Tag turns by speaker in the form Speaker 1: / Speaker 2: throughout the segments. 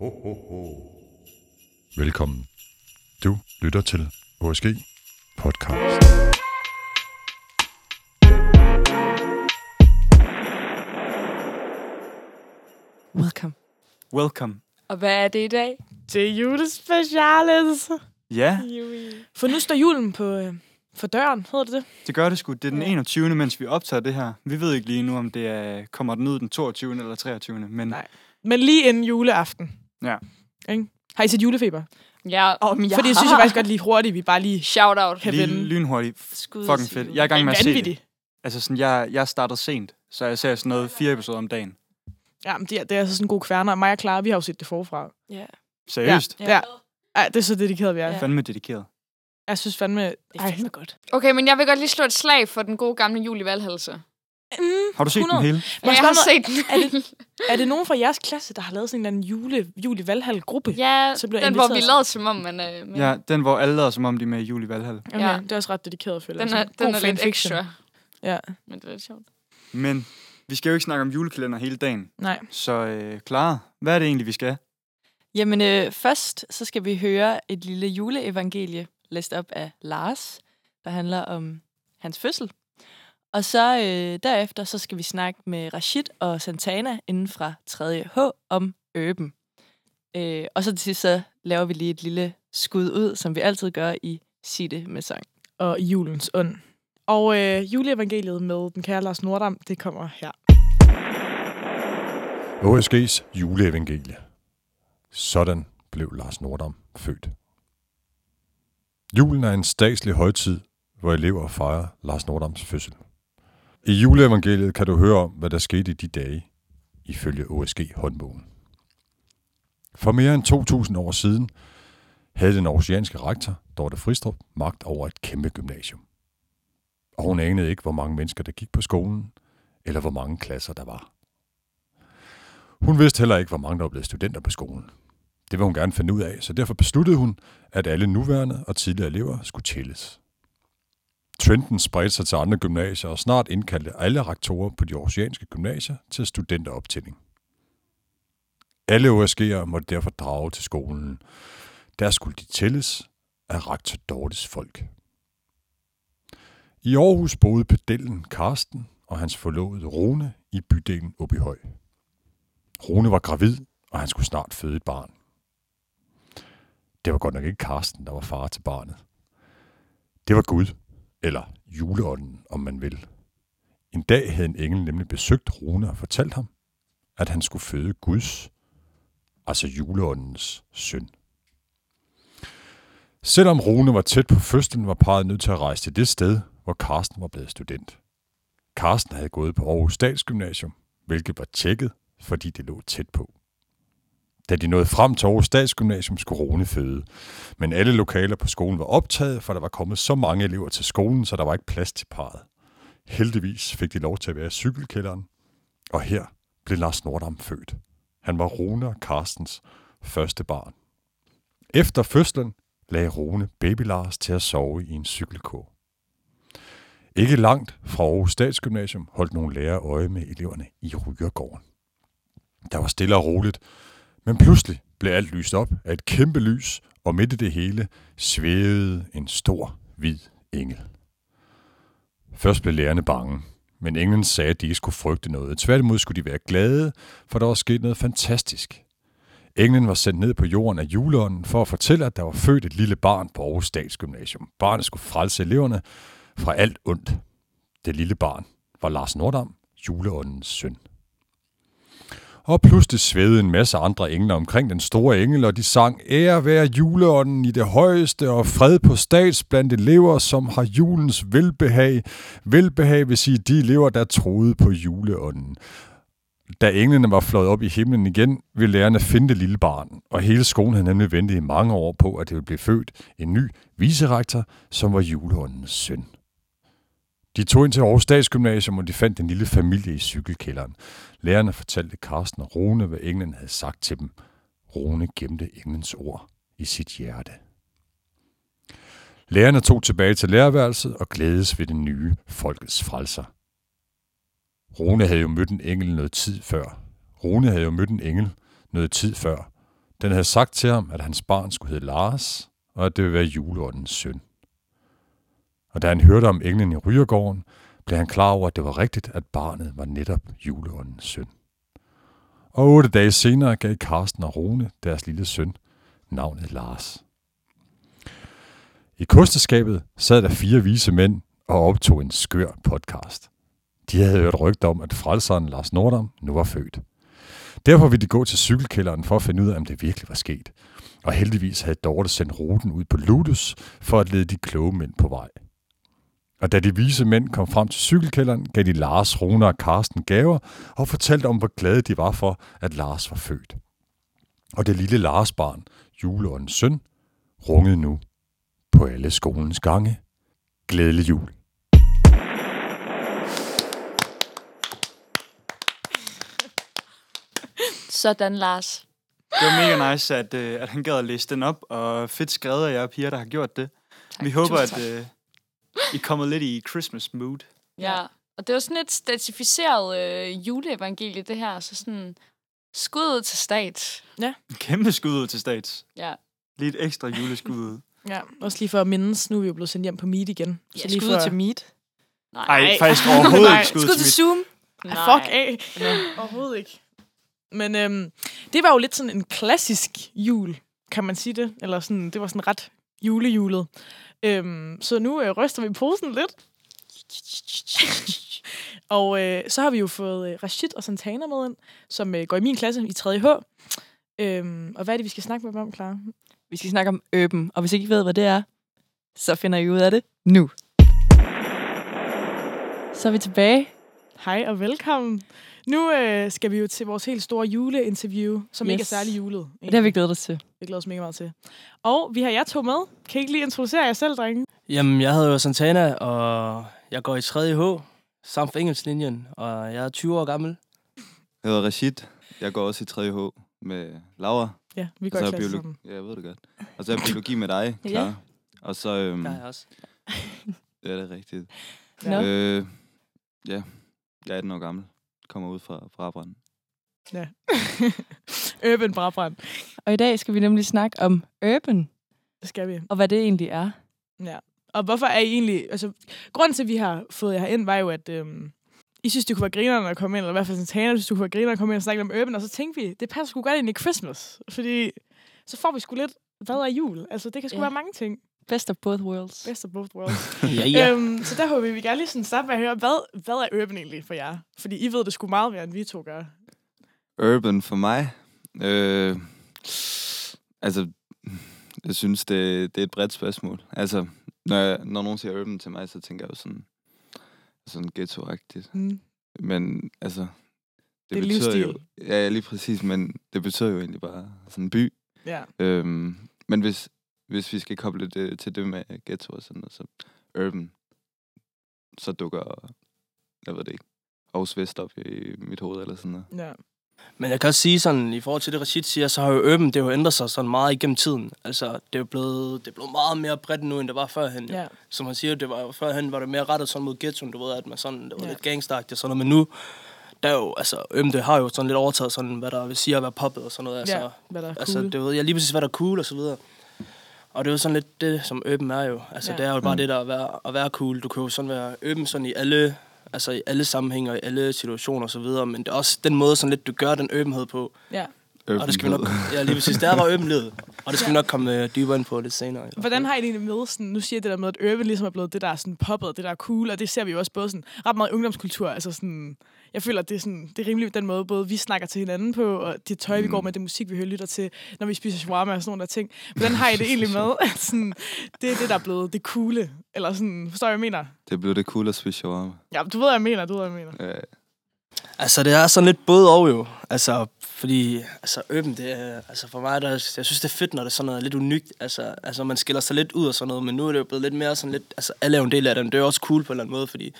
Speaker 1: Ho, ho, ho.
Speaker 2: Velkommen. Du lytter til HSG Podcast.
Speaker 3: Welcome.
Speaker 4: Welcome.
Speaker 3: Og hvad er det i dag? Det er julespecialet.
Speaker 4: Ja,
Speaker 3: For nu står julen på øh, for døren, hedder det det?
Speaker 4: det gør det sgu. Det er den
Speaker 3: Ja.
Speaker 4: 21. mens vi optager det her. Vi ved ikke lige nu, om det er, kommer den ud den 22. eller 23. Men
Speaker 3: Nej. Men lige inden juleaften.
Speaker 4: Ja.
Speaker 3: Ikke? Har I set julefeber?
Speaker 5: Ja, om jeg
Speaker 3: Fordi jeg synes jeg faktisk godt lige hurtigt, vi bare lige
Speaker 5: Shout out.
Speaker 3: kan
Speaker 4: lige
Speaker 3: vende.
Speaker 4: lynhurtigt.
Speaker 5: Skud
Speaker 4: Fucking
Speaker 5: til
Speaker 4: fedt.
Speaker 5: jul.
Speaker 4: Jeg er i gang med at se det.
Speaker 3: Vanvittigt.
Speaker 4: Altså sådan, jeg, jeg startede sent, så jeg ser sådan noget fire episoder om dagen.
Speaker 3: Ja, men det er, det er altså sådan en god kværner. Mig og Clara, vi har jo set det forfra.
Speaker 5: Ja.
Speaker 4: Seriøst? Ja.
Speaker 3: Ja. ja. Ej, det er så dedikeret, vi er. Ja.
Speaker 5: Ja.
Speaker 4: Fandme dedikeret.
Speaker 3: Jeg synes fandme...
Speaker 5: Det
Speaker 3: Ej.
Speaker 5: er fandme godt.
Speaker 6: Okay, men jeg vil godt lige slå et slag for den gode gamle Julie Valhalse.
Speaker 3: Mm.
Speaker 4: Har du set
Speaker 3: 100.
Speaker 4: den hele?
Speaker 3: Må
Speaker 6: Ja,
Speaker 3: jeg
Speaker 6: jeg
Speaker 3: spørge
Speaker 6: har
Speaker 3: noget?
Speaker 6: set den.
Speaker 3: Er det- Er det nogen fra jeres klasse, der har lavet sådan en eller anden jule, jule gruppe
Speaker 6: ja,
Speaker 3: Så bliver jeg
Speaker 6: den, hvor vi
Speaker 3: inviteret.
Speaker 6: lavede som om, man... Øh, men
Speaker 4: Ja, den hvor alle lader, som om de er med i jul i Valhall.
Speaker 3: Okay,
Speaker 6: Ja.
Speaker 3: Det er også ret dedikeret, føler
Speaker 6: Den
Speaker 5: altså,
Speaker 3: jeg.
Speaker 6: er,
Speaker 3: Sådan
Speaker 6: den
Speaker 3: god
Speaker 6: er lidt
Speaker 3: fanfiction.
Speaker 6: ekstra.
Speaker 3: Ja.
Speaker 6: Men det er lidt sjovt.
Speaker 4: Men vi skal jo ikke snakke om julekalender hele dagen.
Speaker 3: Nej.
Speaker 4: Så øh, klar. Hvad er det egentlig, vi skal?
Speaker 5: Jamen øh, først, så skal vi høre et lille juleevangelie, læst op af Lars, der handler om hans fødsel. Og så øh, derefter, så skal vi snakke med Rashid og Santana inden fra 3H om Øben. Øh, og så til sidst, så laver vi lige et lille skud ud, som vi altid gør i Sig det med sang.
Speaker 3: og i julens ånd. Og øh, juleevangeliet med den kære Lars Nordam, det kommer her.
Speaker 2: HSG's juleevangelie. Sådan blev Lars Nordam født. Julen er en statslig højtid, hvor elever fejrer Lars Nordams fødsel. I juleevangeliet kan du høre om, hvad der skete i de dage, ifølge OSG håndbogen. For mere end 2000 år siden havde den aarhusianske rektor, Dorte Fristrup, magt over et kæmpe gymnasium. Og hun anede ikke, hvor mange mennesker, der gik på skolen, eller hvor mange klasser der var. Hun vidste heller ikke, hvor mange der var blevet studenter på skolen. Det vil hun gerne finde ud af, så derfor besluttede hun, at alle nuværende og tidligere elever skulle tælles. Trenden spredte sig til andre gymnasier, og snart indkaldte alle rektorer på de oceanske gymnasier til studenteroptælling. Alle OSG'ere måtte derfor drage til skolen. Der skulle de tælles af rektor Dortes folk. I Aarhus boede pedellen Karsten og hans forlovede Rune i bydelen Åbyhøj. Rune var gravid, og han skulle snart føde et barn. Det var godt nok ikke Karsten, der var far til barnet. Det var Gud, eller juleånden, om man vil. En dag havde en engel nemlig besøgt Rune og fortalt ham, at han skulle føde Guds, altså juleåndens søn. Selvom Rune var tæt på fødslen, var parret nødt til at rejse til det sted, hvor Karsten var blevet student. Karsten havde gået på Aarhus Statsgymnasium, hvilket var tjekket, fordi det lå tæt på. Da de nåede frem til Aarhus Statsgymnasium, skulle Rune føde. Men alle lokaler på skolen var optaget, for der var kommet så mange elever til skolen, så der var ikke plads til parret. Heldigvis fik de lov til at være i cykelkælderen, og her blev Lars Nordam født. Han var Rune og Carstens første barn. Efter fødslen lagde Rune baby Lars til at sove i en cykelkur. Ikke langt fra Aarhus Statsgymnasium holdt nogle lærere øje med eleverne i Rygergården. Der var stille og roligt, men pludselig blev alt lyst op af et kæmpe lys, og midt i det hele svævede en stor, hvid engel. Først blev lærerne bange, men englen sagde, at de ikke skulle frygte noget. Tværtimod skulle de være glade, for der var sket noget fantastisk. Englen var sendt ned på jorden af juleånden for at fortælle, at der var født et lille barn på Aarhus Statsgymnasium. Barnet skulle frelse eleverne fra alt ondt. Det lille barn var Lars Nordam, juleåndens søn. Og pludselig svævede en masse andre engler omkring den store engel, og de sang Ære være juleånden i det højeste, og fred på stats blandt elever, som har julens velbehag. Velbehag vil sige de elever, der troede på juleånden. Da englene var fløjet op i himlen igen, ville lærerne finde det lille barn, og hele skolen havde nemlig ventet i mange år på, at det ville blive født en ny viserektor, som var juleåndens søn. De tog ind til Aarhus Statsgymnasium, og de fandt den lille familie i cykelkælderen. Lærerne fortalte Karsten og Rune, hvad englen havde sagt til dem. Rune gemte englens ord i sit hjerte. Lærerne tog tilbage til lærerværelset og glædes ved den nye folkets frelser. Rune havde jo mødt en engel noget tid før. Rune havde jo mødt en engel noget tid før. Den havde sagt til ham, at hans barn skulle hedde Lars, og at det ville være juleordens søn. Og da han hørte om englen i Ryergården, blev han klar over, at det var rigtigt, at barnet var netop juleordens søn. Og otte dage senere gav Karsten og Rune deres lille søn navnet Lars. I kosteskabet sad der fire vise mænd og optog en skør podcast. De havde hørt rygter om, at frelseren Lars Nordam nu var født. Derfor ville de gå til cykelkælderen for at finde ud af, om det virkelig var sket. Og heldigvis havde Dorte sendt ruten ud på Ludus for at lede de kloge mænd på vej. Og da de vise mænd kom frem til cykelkælderen, gav de Lars, Rune og Karsten gaver og fortalte om, hvor glade de var for, at Lars var født. Og det lille Lars-barn, juleåndens søn, rungede nu på alle skolens gange. Glædelig jul.
Speaker 5: Sådan, Lars.
Speaker 4: Det var mega nice, at, øh, at han gad at læse den op, og fedt skrevet af jer piger, der har gjort det.
Speaker 5: Tak.
Speaker 4: Vi håber,
Speaker 5: Tusind
Speaker 4: at
Speaker 5: tak.
Speaker 4: øh, I er kommet lidt i Christmas mood.
Speaker 6: Ja. Og det var sådan et statificeret øh, juleevangelie, det her. Så sådan skud ud til stat.
Speaker 4: Kæmpe skud ud til stats.
Speaker 6: Ja.
Speaker 4: Lige et ekstra juleskud ud.
Speaker 3: Ja, også lige for at mindes, nu er vi jo blevet sendt hjem på meet igen.
Speaker 5: Ja,
Speaker 3: Så lige
Speaker 5: skud
Speaker 3: for-
Speaker 5: til Meet.
Speaker 4: Ej, faktisk overhovedet ikke skud
Speaker 5: Skud
Speaker 4: til
Speaker 5: til
Speaker 4: mit.
Speaker 5: Zoom.
Speaker 3: Ej, fuck af. Overhovedet ikke. Men øhm, det var jo lidt sådan en klassisk jul, kan man sige det. Eller sådan, det var sådan ret julejulet. Øhm, så nu øh, ryster vi posen lidt. og øh, så har vi jo fået øh, Rashid og Santana med ind, som øh, går i min klasse i 3.H. Øhm, og hvad er det, vi skal snakke med dem om, Clara?
Speaker 5: Vi skal snakke om øben, og hvis ikke I ved, hvad det er, så finder I ud af det nu. Så er vi tilbage.
Speaker 3: Hej og velkommen. Nu øh, skal vi jo til vores helt store juleinterview, som yes. ikke er
Speaker 5: Yes.
Speaker 3: særlig julet.
Speaker 5: Det har vi glædet os til.
Speaker 3: Vi glæder os mega meget til. Og vi har jer to med. Kan I ikke lige introducere jer selv, drenge?
Speaker 1: Jamen, jeg hedder jo Santana, og jeg går i 3.H, samt for engelsklinjen, og jeg er 20 år gammel.
Speaker 7: Jeg hedder Rashid. Jeg går også i 3H med Laura.
Speaker 3: Ja, vi går
Speaker 7: og
Speaker 3: i
Speaker 7: så er
Speaker 3: klasse
Speaker 7: biologi.
Speaker 3: sammen.
Speaker 7: Ja, jeg ved det godt. Og så er biologi med dig,
Speaker 5: Ja.
Speaker 7: klar. Ja. Og så... Øhm,
Speaker 1: Der er
Speaker 7: ja,
Speaker 1: jeg også.
Speaker 7: det er rigtigt.
Speaker 5: Nå.
Speaker 7: Øh, ja, jeg er 18 år gammel. Kommer ud fra, fra Branden.
Speaker 3: Urban Brabrand.
Speaker 5: Og i dag skal vi nemlig snakke om urban,
Speaker 3: Det skal vi.
Speaker 5: og hvad det egentlig er.
Speaker 3: Og hvorfor er I egentlig... Altså, grunden til, at vi har fået jer herind, var jo, at øhm, I synes, det kunne være grinerne at komme ind, eller i hvert fald Santana synes, det kunne være grinerne at komme ind og snakke lidt om Urban, og så tænkte vi, det passer sgu godt ind i Christmas, fordi så får vi sgu lidt, hvad er jul? Altså, det kan sgu
Speaker 5: Ja.
Speaker 3: være mange ting.
Speaker 5: Best of both worlds.
Speaker 3: Best of both worlds.
Speaker 1: Ja,
Speaker 3: ja.
Speaker 1: ja.
Speaker 3: Øhm, så derfor vil vi gerne lige sådan starte med at høre, hvad, hvad er Urban egentlig for jer? Fordi I ved det sgu meget mere, end vi to gør.
Speaker 7: Urban for mig. Øh, altså, jeg synes, det, det er et bredt spørgsmål. Altså, når, jeg, når nogen siger urban til mig, så tænker jeg jo sådan, sådan ghetto-agtigt.
Speaker 3: Mm.
Speaker 7: Men altså...
Speaker 3: Det
Speaker 7: Det,
Speaker 3: er
Speaker 7: betyder jo,
Speaker 3: livsstil.
Speaker 7: ja, ja, lige præcis, men det betyder jo egentlig bare sådan by.
Speaker 3: Ja.
Speaker 7: Øhm, men hvis, hvis vi skal koble det til det med ghetto og sådan noget, så urban, så dukker, jeg ved det ikke, Aarhus Vest op i mit hoved eller sådan noget.
Speaker 3: ja.
Speaker 1: Men jeg kan også sige sådan, i forhold til det, Rashid siger, så har jo øben, det har jo ændret sig sådan meget igennem tiden. Altså, det er jo blevet, det er blevet meget mere bredt nu, end det var førhen. Ja.
Speaker 3: ja.
Speaker 1: Som han siger, det var jo førhen, var det mere rettet sådan mod ghettoen, du ved, at man sådan, det var
Speaker 3: Ja.
Speaker 1: ja. lidt gangsteragtigt og sådan noget. Men nu, der er jo, altså, øben, det har jo sådan lidt overtaget sådan, hvad der vil sige at være poppet og sådan noget. Altså,
Speaker 3: ja. Hvad der er cool.
Speaker 1: Altså, det ved jeg lige præcis, hvad der er cool og så videre. Og det er jo sådan lidt det, som øben er jo. Altså,
Speaker 3: Ja.
Speaker 1: ja. det er jo bare
Speaker 7: Mm.
Speaker 1: det, der er at være, at være cool. Du kan jo sådan være øben sådan i alle, altså i alle sammenhænge og i alle situationer og så videre. Men det er også den måde, sådan lidt, du gør den øbenhed på.
Speaker 3: ja.
Speaker 7: Urban
Speaker 1: Og det skal vi nok,
Speaker 7: ved.
Speaker 1: ja, lige præcis, der var øbenhed. Og det skal vi nok komme øh, dybere ind på lidt senere. i hvert fald.
Speaker 3: Hvordan har I det egentlig med, sådan, nu siger jeg det der med, at urban ligesom er blevet det, der er sådan poppet, det der er cool, og det ser vi jo også både sådan ret meget i ungdomskultur, altså sådan, jeg føler, at det er, sådan, det er rimelig den måde, både vi snakker til hinanden på, og det tøj, vi
Speaker 7: Mm.
Speaker 3: går med, det musik, vi hører lytter til, når vi spiser shawarma og sådan nogle der ting. Hvordan har I det egentlig med, at sådan, det er det, der er blevet det coole? Eller sådan, forstår I, hvad jeg mener?
Speaker 7: Det blev det cool at switch over.
Speaker 3: Ja, du ved, hvad jeg mener, du ved, hvad jeg mener.
Speaker 7: Øh,
Speaker 1: Altså, det er sådan lidt både og jo. Altså, fordi, altså, øben, det er, altså for mig, der, jeg synes, det er fedt, når det er sådan noget lidt unikt. Altså, altså, man skiller sig lidt ud og sådan noget, men nu er det jo blevet lidt mere sådan lidt, altså, alle er jo en del af det, men det er jo også cool på en eller anden måde, fordi,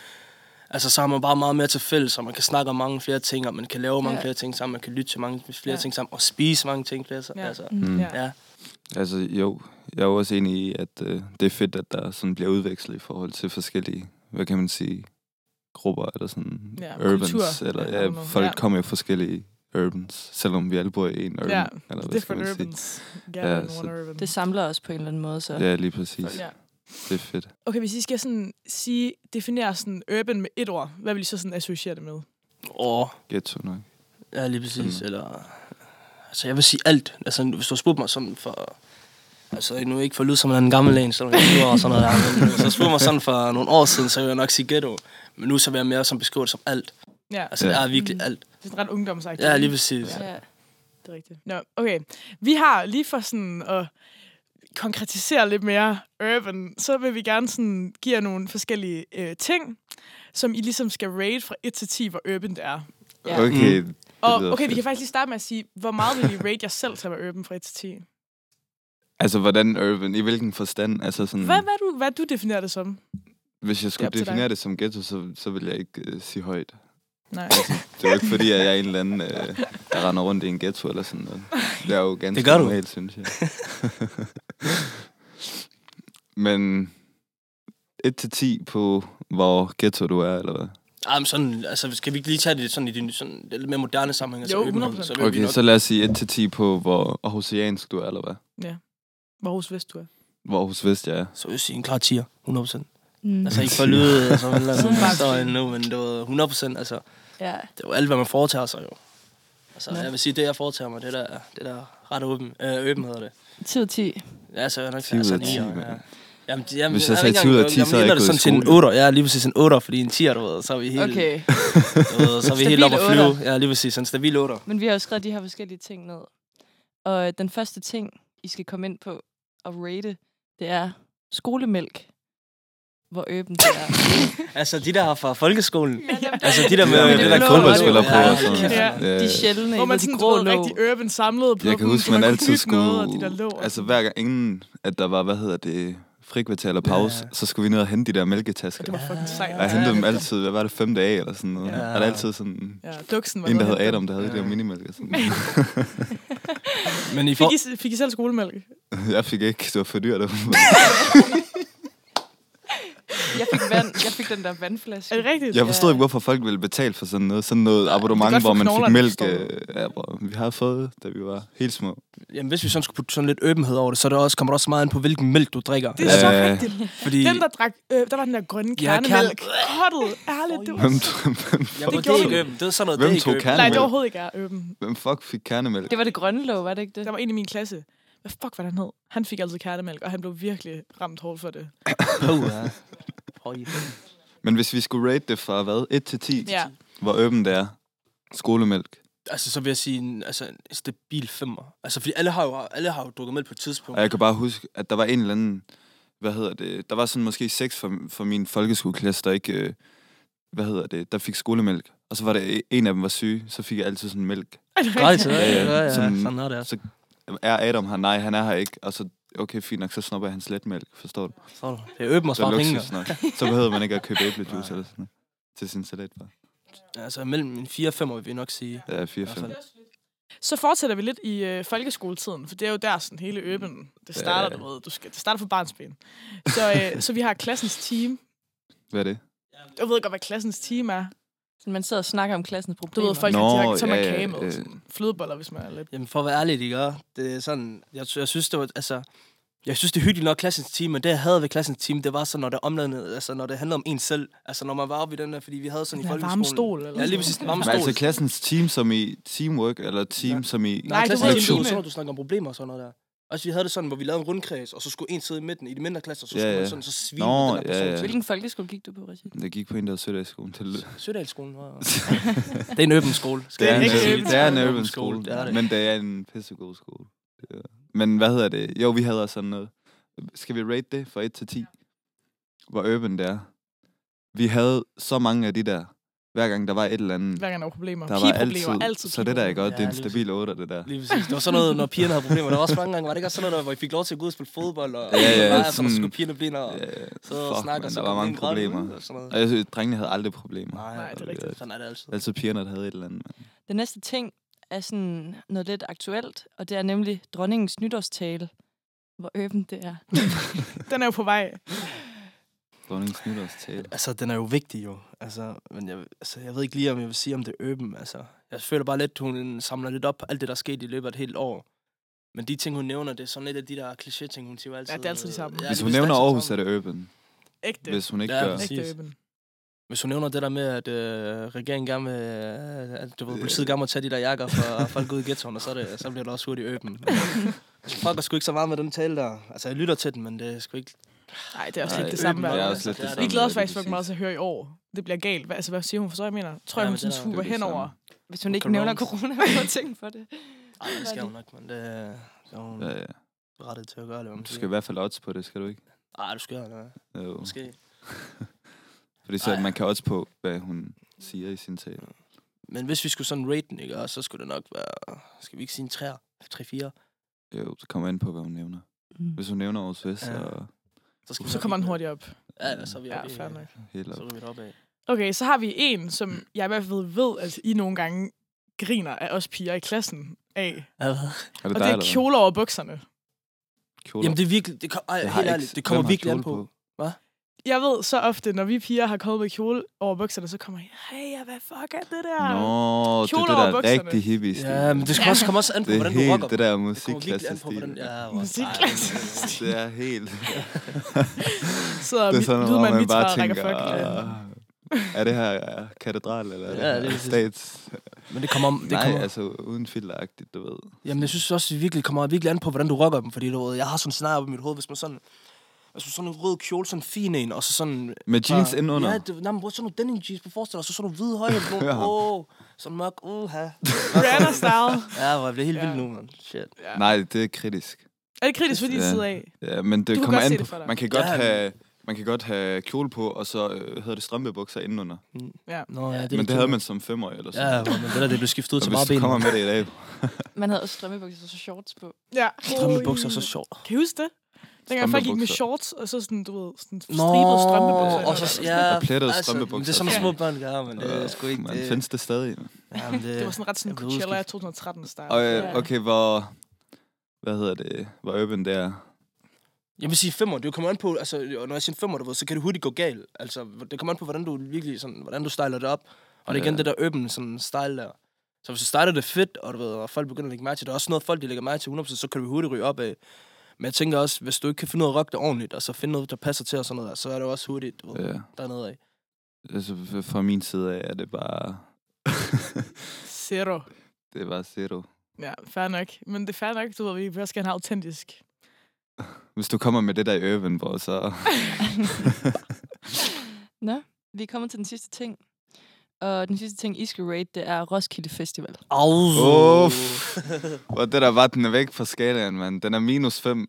Speaker 1: altså, så har man bare meget mere til fælles, og man kan snakke om mange flere ting, og man kan lave mange
Speaker 3: Ja.
Speaker 1: ja. flere ting sammen, man kan lytte til mange flere
Speaker 3: Ja.
Speaker 1: ja. ting sammen, og spise mange ting flere sammen.
Speaker 3: Ja.
Speaker 1: Ja. Altså,
Speaker 7: mm.
Speaker 3: Ja.
Speaker 7: ja.
Speaker 1: ja.
Speaker 7: Altså jo, jeg er jo også enig i, at øh, det er fedt, at der sådan bliver udvekslet i forhold til forskellige, hvad kan man sige, grupper eller sådan
Speaker 3: Ja,
Speaker 7: urbans,
Speaker 3: kultur,
Speaker 7: eller
Speaker 3: eller
Speaker 7: ja,
Speaker 3: noget.
Speaker 7: folk
Speaker 3: Ja.
Speaker 7: kommer jo forskellige urbans, selvom vi alle bor i en urban.
Speaker 3: Ja,
Speaker 7: eller hvad skal
Speaker 3: Different
Speaker 7: man sige.
Speaker 3: urbans. Gather in
Speaker 7: så
Speaker 3: one urban.
Speaker 5: Det samler os på en eller anden måde, så.
Speaker 7: Ja, lige præcis.
Speaker 5: Ja.
Speaker 7: Det er fedt.
Speaker 3: Okay, hvis I skal sådan sige, definere sådan urban med et ord, hvad vil I så sådan associere det med?
Speaker 1: Åh,
Speaker 7: Ghetto nok.
Speaker 1: ja, lige præcis.
Speaker 7: Sådan.
Speaker 1: Eller, altså, jeg vil sige alt. Altså, hvis du har spurgt mig sådan for... Altså, nu ikke for at lyde som en eller anden gammel en, selvom jeg er 20 år og sådan noget der. Men hvis du spurgte mig sådan for nogle år siden, så ville jeg nok sige ghetto. Men nu så vil jeg mere som beskrive det som alt.
Speaker 3: Ja,
Speaker 1: Altså, ja. det
Speaker 7: Ja.
Speaker 1: er virkelig
Speaker 3: Mm.
Speaker 1: alt.
Speaker 3: det er sådan ret ungdomsagtigt.
Speaker 1: Ja, lige
Speaker 3: ikke?
Speaker 1: præcis.
Speaker 5: Ja. Ja.
Speaker 3: Det er rigtigt. Nå, okay. Vi har lige for sådan at konkretisere lidt mere urban, så vil vi gerne sådan give jer nogle forskellige øh, ting, som I ligesom skal rate fra 1 til 10, hvor urban det er.
Speaker 5: Ja.
Speaker 7: Okay, mm.
Speaker 3: Og
Speaker 7: lyder
Speaker 3: okay, vi
Speaker 7: fedt.
Speaker 3: kan faktisk lige starte med at sige, hvor meget vil I rate jer selv til at være urban fra 1 til 10?
Speaker 7: Mm. altså hvordan urban? I hvilken forstand? Altså sådan,
Speaker 3: Hvad, hvad, du, hvad du definerer det som?
Speaker 7: hvis jeg skulle
Speaker 3: op til dig.
Speaker 7: definere det som ghetto, så, så ville jeg ikke øh, sige højt. Altså,
Speaker 3: Nej.
Speaker 7: Det er jo ikke fordi, at jeg er en eller anden, øh, der render rundt i en ghetto eller sådan noget. Det er jo ganske
Speaker 1: Det gør du.
Speaker 7: normalt, synes jeg. Men 1-10 på, hvor ghetto du er, eller hvad?
Speaker 1: Ej, men sådan, altså, skal vi ikke lige tage det sådan i de sådan, lidt mere moderne sammenhæng? Altså,
Speaker 3: Jo,
Speaker 1: urban,
Speaker 3: 100%.
Speaker 1: Så vil vi
Speaker 7: Okay,
Speaker 1: nok,
Speaker 7: så lad os sige 1-10 på, hvor aarhusiansk du er, eller hvad?
Speaker 3: Hvor hos Vest du er.
Speaker 7: Hvor Aarhus Vest jeg er.
Speaker 1: så vil jeg sige en klar 10'er, 100%.
Speaker 5: Mm.
Speaker 1: Altså ikke for at lyde øh, som en eller
Speaker 3: Sådan
Speaker 1: anden
Speaker 3: bare
Speaker 1: historie
Speaker 3: fint.
Speaker 1: nu, men det var 100 procent. Altså,
Speaker 5: ja.
Speaker 1: det er jo alt, hvad man foretager sig jo. Altså,
Speaker 5: Ja.
Speaker 1: jeg vil sige, det jeg foretager mig, det er der, det er der ret åben, øh, åben hedder det.
Speaker 5: 10 ud af 10.
Speaker 1: Ja, så er jeg nok
Speaker 7: 10 ud af
Speaker 1: altså,
Speaker 7: 10,
Speaker 1: nier,
Speaker 7: mand.
Speaker 1: ja. Jamen, de- jamen,
Speaker 7: Hvis jeg
Speaker 1: er
Speaker 7: sagde
Speaker 1: ikke
Speaker 7: 10 ud af
Speaker 1: engang-
Speaker 7: 10, så er jeg
Speaker 1: jamen,
Speaker 7: ikke
Speaker 1: sådan
Speaker 7: gået i
Speaker 1: til en
Speaker 7: skole.
Speaker 1: 8'er. Ja, lige præcis en 8'er, fordi en 10'er, du ved, så er vi helt,
Speaker 5: Okay,
Speaker 1: du ved, så er vi
Speaker 5: Stabil
Speaker 1: helt op at flyve.
Speaker 5: otter.
Speaker 1: Ja, lige præcis, en stabil 8'er.
Speaker 5: men vi har jo skrevet de her forskellige ting ned. Og øh, den første ting, I skal komme ind på og rate, det er skolemælk. Hvor øben det er.
Speaker 1: Altså, de der her fra folkeskolen.
Speaker 6: Ja,
Speaker 5: øh,
Speaker 6: dem
Speaker 1: Altså, de der
Speaker 7: De
Speaker 1: med...
Speaker 7: der,
Speaker 1: det
Speaker 7: de der
Speaker 5: blå
Speaker 7: fodboldspillere
Speaker 1: radio.
Speaker 7: på
Speaker 1: Ja,
Speaker 7: og sådan noget.
Speaker 3: ja.
Speaker 7: Ja,
Speaker 5: De
Speaker 7: ja.
Speaker 5: sjældne,
Speaker 3: Hvor man
Speaker 5: de
Speaker 3: sådan,
Speaker 5: grå
Speaker 3: du ved,
Speaker 5: lå.
Speaker 3: rigtig urban samlet på
Speaker 7: Jeg kan
Speaker 3: dem,
Speaker 7: huske,
Speaker 3: så
Speaker 7: man
Speaker 3: kunne
Speaker 7: altid
Speaker 3: knytte noget,
Speaker 7: skulle...
Speaker 3: og de der lå.
Speaker 7: altså hver gang inden, at der var, hvad hedder det, frikvarter eller pause,
Speaker 1: Ja.
Speaker 7: så skulle vi ned og hente de der mælketasker.
Speaker 3: det var fucking sejt.
Speaker 7: Og jeg hentede dem altid, hvad var det, fem dage eller sådan noget.
Speaker 1: Ja.
Speaker 7: Ja. Og der er altid sådan
Speaker 3: Ja, duksen var
Speaker 7: en, der
Speaker 3: noget
Speaker 7: hed
Speaker 3: andet.
Speaker 7: Adam, der havde ja. det der
Speaker 1: Ja.
Speaker 7: minimælk og sådan noget.
Speaker 1: Men i for...
Speaker 3: Fik I, fik I selv skolemælk?
Speaker 7: Jeg fik ikke, det var for dyrt.
Speaker 5: Jeg fik vand. Jeg fik den der vandflaske.
Speaker 3: Er det rigtigt?
Speaker 7: Jeg forstod ikke, hvorfor folk ville betale for sådan noget, sådan noget
Speaker 3: Det er
Speaker 7: abonnement,
Speaker 3: godt for
Speaker 7: hvor man fik
Speaker 3: knoglerne,
Speaker 7: mælk.
Speaker 3: forstår
Speaker 7: øh, Ja, hvor vi har fået, da vi var helt små.
Speaker 1: Jamen, hvis vi sådan skulle putte sådan lidt åbenhed over det, så er det også, kommer det også meget an på, hvilken mælk du drikker.
Speaker 3: Det er så
Speaker 7: Øh,
Speaker 3: rigtigt.
Speaker 1: Fordi...
Speaker 3: Den, der drak, øh, der var den der grønne
Speaker 1: Ja,
Speaker 3: kernemælk. Kottet, ærligt, det var...
Speaker 7: Hvem, hvem,
Speaker 3: det
Speaker 1: Jamen,
Speaker 3: gjorde
Speaker 1: det, det er
Speaker 3: du.
Speaker 1: ikke øben. Det er sådan noget,
Speaker 7: Hvem
Speaker 1: det er ikke
Speaker 7: tog
Speaker 1: øben.
Speaker 7: kernen?
Speaker 3: Nej, det var overhovedet ikke er øben.
Speaker 7: hvem fuck fik kernemælk?
Speaker 5: Det var det grønne låg, var det ikke det?
Speaker 3: Der var en i min klasse. Hvad fuck var det, han hed? Han fik altid kernemælk, og han blev virkelig ramt hårdt for det.
Speaker 1: Puh, ja. Prøv i.
Speaker 7: Men hvis vi skulle rate det fra hvad? 1 til 10,
Speaker 3: Ja.
Speaker 7: hvor åben det er. Skolemælk.
Speaker 1: Altså, så vil jeg sige en, altså, en stabil femmer. Altså, fordi alle har jo, alle har jo drukket mælk på et tidspunkt.
Speaker 7: Og jeg kan bare huske, at der var en eller anden, hvad hedder det, der var sådan måske seks fra, fra min folkeskoleklasse, der ikke, øh, hvad hedder det, der fik skolemælk. Og så var der en af dem var syg, så fik jeg altid sådan mælk.
Speaker 1: Gratis, ja,
Speaker 7: Ja,
Speaker 1: ja,
Speaker 7: ja.
Speaker 1: ja, ja.
Speaker 7: Sådan-
Speaker 1: Sådan er det altså.
Speaker 7: Så er Adam her? Nej, han er her ikke. Og så, okay, fint nok, så snupper jeg hans letmælk, forstår du?
Speaker 1: Forstår du? Det er øben og
Speaker 7: Så er
Speaker 1: spare
Speaker 7: det
Speaker 1: penge.
Speaker 7: luksus nok. Så behøver man ikke at købe æblejuice eller sådan noget til sin salatbar.
Speaker 1: Altså, mellem en 4 og 5 vil vi nok sige. Altså,
Speaker 7: Ja,
Speaker 1: I hvert
Speaker 7: 4-5.
Speaker 1: fald.
Speaker 3: Så fortsætter vi lidt i øh, folkeskoletiden, for det er jo der sådan hele øben. Det starter,
Speaker 7: Ja.
Speaker 3: du ved, du skal, det starter fra barnsben. Så, øh, så vi har klassens team.
Speaker 7: Hvad er det?
Speaker 3: Jeg ved godt, hvad klassens team er.
Speaker 5: Sådan, man sidder og snakker om klassens
Speaker 3: Du
Speaker 5: problemer.
Speaker 3: ved, folk
Speaker 7: Nå,
Speaker 3: har direkte, så er man
Speaker 7: ja, ja,
Speaker 3: kage med.
Speaker 7: øh.
Speaker 3: sådan Flødeboller, hvis man er lidt...
Speaker 1: Jamen, for at være ærlig, det gør. Det er sådan, jeg, jeg synes, det var, altså... Jeg synes, det er hyggeligt nok klassens team, men det jeg havde ved klassens team, det var så, når det omladende, altså når det handlede om en selv. Altså når man var oppe i den der, fordi vi havde sådan i
Speaker 3: Den der
Speaker 1: folkeskolen.
Speaker 3: varme stol, eller
Speaker 1: Ja,
Speaker 3: sådan
Speaker 1: lige præcis, den varme
Speaker 7: Men
Speaker 1: stol.
Speaker 7: altså klassens team som i teamwork, eller team som i...
Speaker 3: Nej,
Speaker 1: Nej,
Speaker 3: det
Speaker 1: klassen
Speaker 7: var
Speaker 1: var
Speaker 7: ikke
Speaker 1: sådan,
Speaker 5: time.
Speaker 1: når du snakker om problemer og sådan noget der. Også vi havde det sådan, hvor vi lavede en rundkreds, og så skulle en sidde i midten i de mindre klasser, så
Speaker 7: Ja,
Speaker 1: skulle
Speaker 7: ja.
Speaker 1: man sådan så svine
Speaker 7: Nå,
Speaker 1: den der person
Speaker 7: ja, ja.
Speaker 1: til.
Speaker 5: Hvilken folkeskole gik du på, Regine?
Speaker 7: Jeg gik på en, der var sødt i skolen til
Speaker 1: Sødalsskolen var... det er en åben skole. Skal
Speaker 7: Det er,
Speaker 1: jeg
Speaker 7: en,
Speaker 1: ikke sige.
Speaker 7: urban, det er en
Speaker 1: Det
Speaker 7: urban skole,
Speaker 1: Det er det.
Speaker 7: men det er en pissegod skole. Ja. Men hvad hedder det? Jo, vi havde også sådan noget. Skal vi rate det fra 1 til 10? Hvor urban det er. Vi havde så mange af de der, hver gang der var et eller andet.
Speaker 3: Hver gang der var problemer.
Speaker 7: Der var
Speaker 3: Pigeproblemer,
Speaker 7: altid,
Speaker 3: altid
Speaker 7: så det der er godt, det er en
Speaker 1: Ja, lige
Speaker 7: stabil 8, det der.
Speaker 1: Lige præcis. Det var sådan noget, når pigerne havde problemer. Der var også mange gange, var det ikke også sådan noget, hvor I fik lov til at gå ud og spille fodbold, og,
Speaker 7: Ja, ja,
Speaker 1: og så
Speaker 7: sådan-
Speaker 1: skulle pigerne blive ind og
Speaker 7: Ja,
Speaker 1: sidde og
Speaker 7: fuck,
Speaker 1: snakke,
Speaker 7: man,
Speaker 1: og så
Speaker 7: der var
Speaker 1: kom
Speaker 7: mange
Speaker 1: en grøn ud,
Speaker 7: problemer.
Speaker 1: og sådan noget.
Speaker 7: Og jeg synes, drengene havde aldrig problemer.
Speaker 3: Nej, det er rigtigt.
Speaker 1: Sådan er det altid.
Speaker 7: Altid pigerne, der havde et eller andet. mand.
Speaker 5: Den næste ting er sådan noget lidt aktuelt, og det er nemlig dronningens nytårstale. Hvor øben det er.
Speaker 3: Den er jo på vej.
Speaker 7: Dronningen snytter os tale.
Speaker 1: Altså, den er jo vigtig jo. Altså, men jeg, altså, jeg ved ikke lige, om jeg vil sige, om det er øben. Altså, Jeg føler bare lidt, hun samler lidt op på alt det, der er sket i løbet af et helt år. Men de ting, hun nævner, det er sådan lidt af de der kliché-ting, hun siger altid.
Speaker 3: Ja, det er altid de samme.
Speaker 1: Ja,
Speaker 7: Hvis
Speaker 1: det
Speaker 7: Altså, hun
Speaker 1: er vist
Speaker 7: nævner
Speaker 1: altid
Speaker 7: Aarhus, er
Speaker 1: samme.
Speaker 7: det urban.
Speaker 3: Ægte.
Speaker 7: Hvis hun ikke
Speaker 1: Ja,
Speaker 7: gør...
Speaker 1: præcis.
Speaker 3: Ægte øben.
Speaker 1: Hvis hun nævner det der med, at øh, regeringen gerne vil, øh, at du ved, politiet gerne må tage de der jakker fra folk ud i ghettoen, og så, er det, så bliver det også hurtigt øben. øh, altså, Folk er sgu ikke så meget med den tale der. Altså, jeg lytter til den, men det er sgu ikke...
Speaker 3: Nej, det er også
Speaker 7: Nej,
Speaker 3: lidt det
Speaker 7: øben
Speaker 3: samme.
Speaker 7: er
Speaker 3: hver gang.
Speaker 7: også lidt det
Speaker 1: Vi
Speaker 7: samme.
Speaker 3: Vi glæder os
Speaker 7: ja,
Speaker 3: faktisk
Speaker 7: lige
Speaker 3: fucking meget til at høre i år. Det bliver galt. Hvad, altså, hvad siger hun for så, jeg mener? Tror jeg, hun
Speaker 1: Ja, men
Speaker 3: sådan
Speaker 1: det er- det
Speaker 3: sfuber
Speaker 7: er det
Speaker 3: henover.
Speaker 5: Hvis hun ikke
Speaker 7: Corona.
Speaker 5: nævner corona på ting for det.
Speaker 1: Ej, det skal hun nok, men det, det er hun
Speaker 7: præcis. Ja, ja.
Speaker 1: rettet til at gøre. Eller,
Speaker 7: Du skal i hvert fald odds på det, skal du ikke?
Speaker 1: Ej, du skal eller?
Speaker 7: Jo.
Speaker 1: Måske.
Speaker 7: Fordi så
Speaker 1: Ej.
Speaker 7: man kan odds på, hvad hun siger i sin tale.
Speaker 1: Men hvis vi skulle sådan rate den, ikke, og så skulle det nok være... Skal vi ikke sige en 3'er? 3-4'er?
Speaker 7: Jo, det kommer an på, hvad hun nævner. Hvis hun nævner Aarhus Vest,
Speaker 1: Ja.
Speaker 7: så
Speaker 1: skal vi
Speaker 3: Så
Speaker 1: nok
Speaker 3: kommer den
Speaker 1: ikke med.
Speaker 3: hurtigt op.
Speaker 1: Ja, ja, så er vi
Speaker 3: Ja,
Speaker 1: oppe i-
Speaker 3: fair nok.
Speaker 7: helt
Speaker 1: Så
Speaker 7: op.
Speaker 1: er vi deroppe af.
Speaker 3: Okay, så har vi en, som jeg i hvert fald ved, at I nogle gange griner af os piger i klassen af.
Speaker 7: Er
Speaker 3: Og
Speaker 7: det
Speaker 3: det
Speaker 7: dig,
Speaker 3: er
Speaker 7: eller
Speaker 3: kjoler over bukserne.
Speaker 7: hvad?
Speaker 1: Jamen, det er virkelig... Det, kom, ej,
Speaker 7: Jeg har
Speaker 1: helt
Speaker 7: ikke-
Speaker 1: ærligt, det
Speaker 7: hvem
Speaker 1: kommer
Speaker 7: har
Speaker 1: virkelig an
Speaker 7: kjole
Speaker 1: på.
Speaker 3: Jeg ved så ofte, når vi piger har kommet med kjole over bukserne, så kommer jeg, hey, ja, hvad fuck er det der?
Speaker 7: Nå, det er
Speaker 3: Kjoler
Speaker 7: det
Speaker 3: over
Speaker 7: der
Speaker 3: bukserne.
Speaker 7: rigtig hippie stil.
Speaker 1: Ja, men det skal også, kommer også an på,
Speaker 7: det er
Speaker 1: hvordan du rocker
Speaker 7: helt det
Speaker 1: dem.
Speaker 7: der
Speaker 1: Det kommer virkelig
Speaker 7: musikklasse
Speaker 1: an på, hvordan...
Speaker 7: stil.
Speaker 1: Ja, hvor- ej,
Speaker 3: Musikklassestil.
Speaker 7: Det er helt...
Speaker 3: Så
Speaker 7: det er sådan noget, hvor man
Speaker 3: mit
Speaker 7: bare
Speaker 3: træ rækker
Speaker 7: tænker...
Speaker 3: fuck. lidt.
Speaker 7: "Ah, Er det her er katedral, eller er det
Speaker 1: Ja,
Speaker 7: her
Speaker 1: det er-
Speaker 7: stats?
Speaker 1: Men det kommer... Det
Speaker 7: Nej,
Speaker 1: kommer
Speaker 7: altså uden filteragtigt, du ved.
Speaker 1: Jamen, jeg synes også, det virkelig kommer virkelig an på, hvordan du rocker dem. Fordi du ved, jeg har sådan en scenarie op i mit hoved, hvis man sådan... Altså sådan en rød kjole, sådan en fin en, og så sådan...
Speaker 7: Med jeans
Speaker 1: Bare-
Speaker 7: indenunder.
Speaker 1: Ja, det, nej, men bror, sådan nogle denim jeans på forstående, og så sådan nogle hvide høje.
Speaker 7: Hør ham.
Speaker 1: Åh, oh, sådan mørk, uha.
Speaker 3: Rihanna style.
Speaker 1: Ja, hvor jeg bliver helt vild
Speaker 3: Ja.
Speaker 1: nu, man. Shit.
Speaker 7: Nej, det er kritisk.
Speaker 3: Er det kritisk for din
Speaker 7: Ja.
Speaker 3: side af?
Speaker 7: Ja, men det
Speaker 3: Du kan
Speaker 7: kommer
Speaker 3: godt se
Speaker 7: an
Speaker 3: det for
Speaker 7: på.
Speaker 3: dig.
Speaker 7: Man kan godt
Speaker 1: Ja, men-
Speaker 7: have man kan godt have kjole på, og så øh, hedder det strømpebukser indenunder.
Speaker 1: Nå, ja, det er
Speaker 7: men
Speaker 1: lidt
Speaker 7: det havde
Speaker 1: kæmpe.
Speaker 7: man som femårig eller sådan.
Speaker 1: Ja, hvor- men det der, det blev skiftet ud
Speaker 7: og
Speaker 1: til
Speaker 7: hvis
Speaker 1: bare
Speaker 7: du
Speaker 1: ben.
Speaker 7: kommer med det i dag,
Speaker 5: Man havde også strømmebukser og så shorts på.
Speaker 3: Ja.
Speaker 1: Strømpebukser er så sjovt.
Speaker 3: Kan I huske det? Dengang folk gik med
Speaker 7: Strømpebukser.
Speaker 3: shorts, og så sådan, du ved, sådan
Speaker 1: Nå,
Speaker 3: stribet strømpebukser.
Speaker 1: og så, ja, Altså,
Speaker 7: Og plettede strømpebukser
Speaker 1: men Det er sådan
Speaker 7: og
Speaker 1: nogle
Speaker 7: sådan
Speaker 1: små
Speaker 7: noget.
Speaker 1: børn gør, men det er sgu ikke
Speaker 7: man,
Speaker 1: det.
Speaker 7: findes det stadig.
Speaker 1: Ja, men
Speaker 3: Det var sådan ret sådan
Speaker 1: jeg blev udskift-
Speaker 3: Coachella 2013-style.
Speaker 7: Og,
Speaker 5: Ja.
Speaker 7: øh, okay, hvor... Hvad hedder det? Hvor urban det er.
Speaker 1: Jeg vil sige femmer. Det kommer an på, altså, og når jeg siger femmer, du ved, så kan det hurtigt gå galt. Altså, det kommer an på, hvordan du virkelig sådan, hvordan du styler det op. Og det er igen
Speaker 7: Ja.
Speaker 1: det der open sådan style der. Så hvis du starter det fedt, og, du ved, og folk begynder at lægge mærke til det, og også noget folk, de lægger mærke til 100%, så kan du hurtigt ryge op af. Men jeg tænker også, hvis du ikke kan finde ud af at rock det ordentligt, og så finde noget, der passer til og sådan noget, der, så er det jo også hurtigt du ved,
Speaker 7: Ja.
Speaker 1: dernede af.
Speaker 7: Altså, f- fra min side af er det bare...
Speaker 3: Zero.
Speaker 7: det er bare zero.
Speaker 3: Ja, fair nok. Men det er fair nok, du ved, vi vil også gerne have autentisk.
Speaker 7: Hvis du kommer med det der i urban, hvor så...
Speaker 5: Nå, vi er kommet til den sidste ting. Og den sidste ting, I skal rate, det er Roskilde Festival.
Speaker 1: Au!
Speaker 7: Uff. Hvor det der var, den er væk fra skalaen, mand. Den er minus 5.